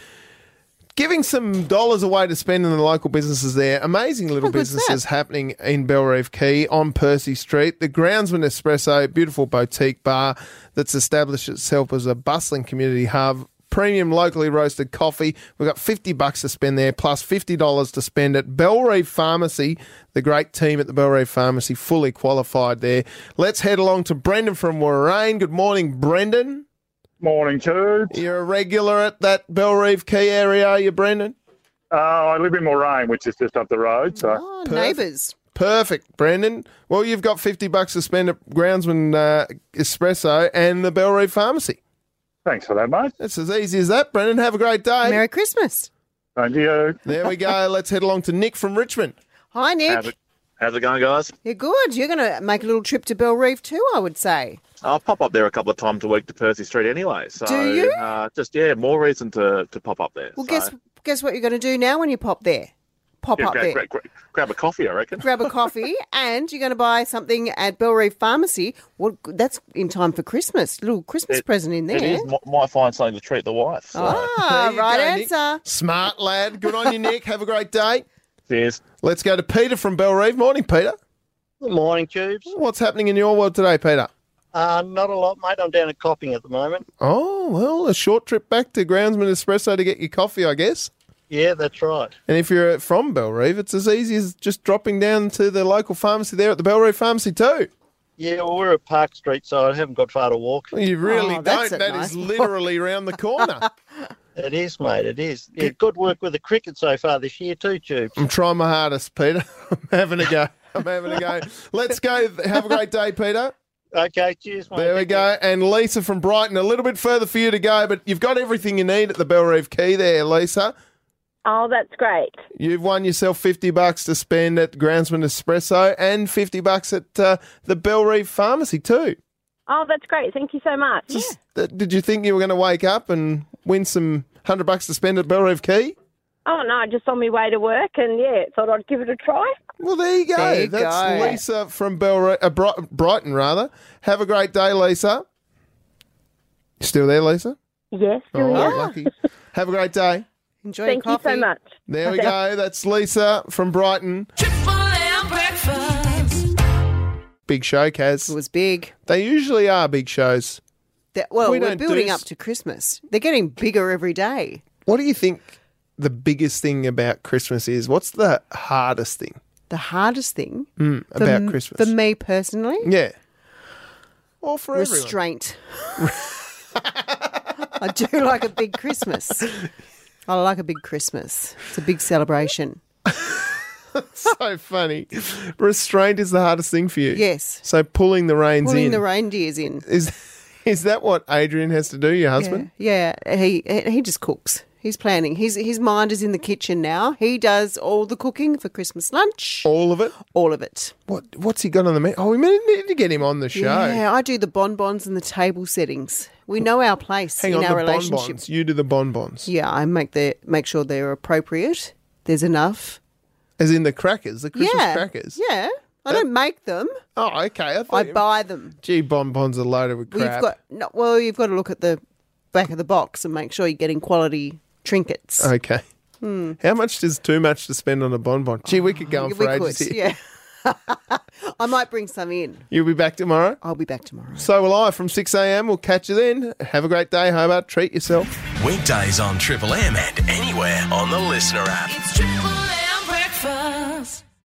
[SPEAKER 4] giving some dollars away to spend in the local businesses there. Amazing little businesses happening in Belrive Key on Percy Street. The Groundsman Espresso, beautiful boutique bar that's established itself as a bustling community hub. Premium locally roasted coffee. We've got 50 bucks to spend there, plus $50 to spend at Belrive Pharmacy. The great team at the Belrive Pharmacy, fully qualified there. Let's head along to Brendan from Warrain. Good morning, Brendan.
[SPEAKER 23] Morning, Jude.
[SPEAKER 4] You're a regular at that Belrive Key area, are you, Brendan?
[SPEAKER 23] Uh, I live in Moraine, which is just up the road. So
[SPEAKER 5] Oh, neighbours.
[SPEAKER 4] Perfect, Brendan. Well, you've got 50 bucks to spend at Groundsman uh, Espresso and the Belrive Pharmacy.
[SPEAKER 23] Thanks for that, mate.
[SPEAKER 4] It's as easy as that, Brendan. Have a great day.
[SPEAKER 5] Merry Christmas.
[SPEAKER 23] Thank you.
[SPEAKER 4] There we go. Let's head along to Nick from Richmond.
[SPEAKER 5] Hi, Nick.
[SPEAKER 7] How's it, how's it going, guys?
[SPEAKER 5] You're good. You're going to make a little trip to Bell Reef too, I would say.
[SPEAKER 7] I pop up there a couple of times a week to Percy Street anyway. So,
[SPEAKER 5] Do you?
[SPEAKER 7] Uh, just yeah, more reason to, to pop up there.
[SPEAKER 5] Well,
[SPEAKER 7] So,
[SPEAKER 5] guess guess what you're going to do now when you pop there? Pop
[SPEAKER 7] yeah,
[SPEAKER 5] up
[SPEAKER 7] gra-
[SPEAKER 5] there.
[SPEAKER 7] gra- gra- grab a coffee, I reckon.
[SPEAKER 5] Grab a coffee, and you're going to buy something at Bell Reef Pharmacy. Well, that's in time for Christmas. Little Christmas
[SPEAKER 7] It-
[SPEAKER 5] present in there.
[SPEAKER 7] It is. Mi- Might find something to treat the wife. So.
[SPEAKER 5] Ah, right answer.
[SPEAKER 4] Smart lad. Good on you, Nick. Have a great day.
[SPEAKER 7] Cheers.
[SPEAKER 4] Let's go to Peter from Bell Reeve. Morning, Peter.
[SPEAKER 1] Good morning, Tubes.
[SPEAKER 4] What's happening in your world today, Peter?
[SPEAKER 1] Uh, not a lot, mate. I'm down at Copping at the moment.
[SPEAKER 4] Oh, well, a short trip back to Groundsman Espresso to get your coffee, I guess.
[SPEAKER 1] Yeah, that's right.
[SPEAKER 4] And if you're from Bell Reeve, it's as easy as just dropping down to the local pharmacy there at the Bell Reeve Pharmacy, too.
[SPEAKER 1] Yeah, well, we're at Park Street, so I haven't got far to walk.
[SPEAKER 4] You really
[SPEAKER 1] Oh,
[SPEAKER 4] don't.
[SPEAKER 1] that's
[SPEAKER 4] That is
[SPEAKER 1] a nice walk.
[SPEAKER 4] literally round the corner.
[SPEAKER 1] It is, mate. It is. Yeah, good work with the cricket so far this year too, Tubes.
[SPEAKER 4] I'm trying my hardest, Peter. I'm having a go. I'm having a go. Let's go. Have a great day, Peter.
[SPEAKER 1] Okay, cheers, mate.
[SPEAKER 4] There we go. And Lisa from Brighton, a little bit further for you to go, but you've got everything you need at the Bell Reeve Key there, Lisa.
[SPEAKER 10] Oh, that's great.
[SPEAKER 4] You've won yourself 50 bucks to spend at Groundsman Espresso and 50 bucks at uh, the Bell Reeve Pharmacy too.
[SPEAKER 10] Oh, that's great. Thank you so much.
[SPEAKER 4] Th- Did you think you were going to wake up and win some 100 bucks to spend at Bell Reeve Key?
[SPEAKER 10] Oh, no, just on my way to work, and yeah, thought I'd give it a try.
[SPEAKER 4] Well, there you go. That's Lisa from Bell Re- uh, Bri- Brighton, rather. Have a great day, Lisa. You Still there, Lisa?
[SPEAKER 10] Yes.
[SPEAKER 4] Oh, lucky. Have a great day.
[SPEAKER 5] Enjoy
[SPEAKER 10] Thank
[SPEAKER 5] your coffee.
[SPEAKER 10] you so much.
[SPEAKER 4] There we
[SPEAKER 10] Okay.
[SPEAKER 4] go. That's Lisa from Brighton. Big show, Kaz. It
[SPEAKER 5] was big.
[SPEAKER 4] They usually are big shows.
[SPEAKER 5] That- well,
[SPEAKER 4] We
[SPEAKER 5] we are
[SPEAKER 4] don't do
[SPEAKER 5] building
[SPEAKER 4] s-
[SPEAKER 5] up to Christmas. They're getting bigger every day.
[SPEAKER 4] What do you think the biggest thing about Christmas is? What's the hardest thing
[SPEAKER 5] The hardest thing
[SPEAKER 4] mm,
[SPEAKER 5] for
[SPEAKER 4] about
[SPEAKER 5] m-
[SPEAKER 4] Christmas?
[SPEAKER 5] for me personally,
[SPEAKER 4] yeah. Or for everyone.
[SPEAKER 5] restraint. I do like a big Christmas. I like a big Christmas. It's a big celebration.
[SPEAKER 4] so funny. Restraint is the hardest thing for you.
[SPEAKER 5] Yes.
[SPEAKER 4] So pulling the reins
[SPEAKER 5] Pulling
[SPEAKER 4] in.
[SPEAKER 5] the reindeers in.
[SPEAKER 4] is is that what Adrian has to do, your husband?
[SPEAKER 5] Yeah, yeah, he he just cooks. He's planning. His his mind is in the kitchen now. He does all the cooking for Christmas lunch.
[SPEAKER 4] All of it.
[SPEAKER 5] All of it.
[SPEAKER 4] What what's he got on the menu? Oh, we may need to get him on the show.
[SPEAKER 5] Yeah, I do the bonbons and the table settings. We know our place
[SPEAKER 4] Hang
[SPEAKER 5] in
[SPEAKER 4] on,
[SPEAKER 5] our
[SPEAKER 4] the
[SPEAKER 5] relationship.
[SPEAKER 4] bonbons. You do the bonbons.
[SPEAKER 5] Yeah, I make the make sure they're appropriate. There's enough.
[SPEAKER 4] As in the crackers, the Christmas
[SPEAKER 5] yeah,
[SPEAKER 4] crackers.
[SPEAKER 5] Yeah, I don't make them.
[SPEAKER 4] Oh, okay. I,
[SPEAKER 5] I
[SPEAKER 4] thought you-
[SPEAKER 5] buy them.
[SPEAKER 4] Gee, bonbons are loaded with crap.
[SPEAKER 5] We've got no, well, you've got to look at the back of the box and make sure you're getting quality trinkets.
[SPEAKER 4] Okay.
[SPEAKER 5] Hmm.
[SPEAKER 4] How much is too much to spend on a bonbon? Gee, we could go on
[SPEAKER 5] We
[SPEAKER 4] for ages
[SPEAKER 5] could, yeah.
[SPEAKER 4] here.
[SPEAKER 5] I might bring some in.
[SPEAKER 4] You'll be back tomorrow?
[SPEAKER 5] I'll be back tomorrow.
[SPEAKER 4] So will I from 6 a.m. We'll catch you then. Have a great day, Hobart. Treat yourself.
[SPEAKER 3] Weekdays on Triple M and anywhere on the Listener app.
[SPEAKER 2] Triple M breakfast.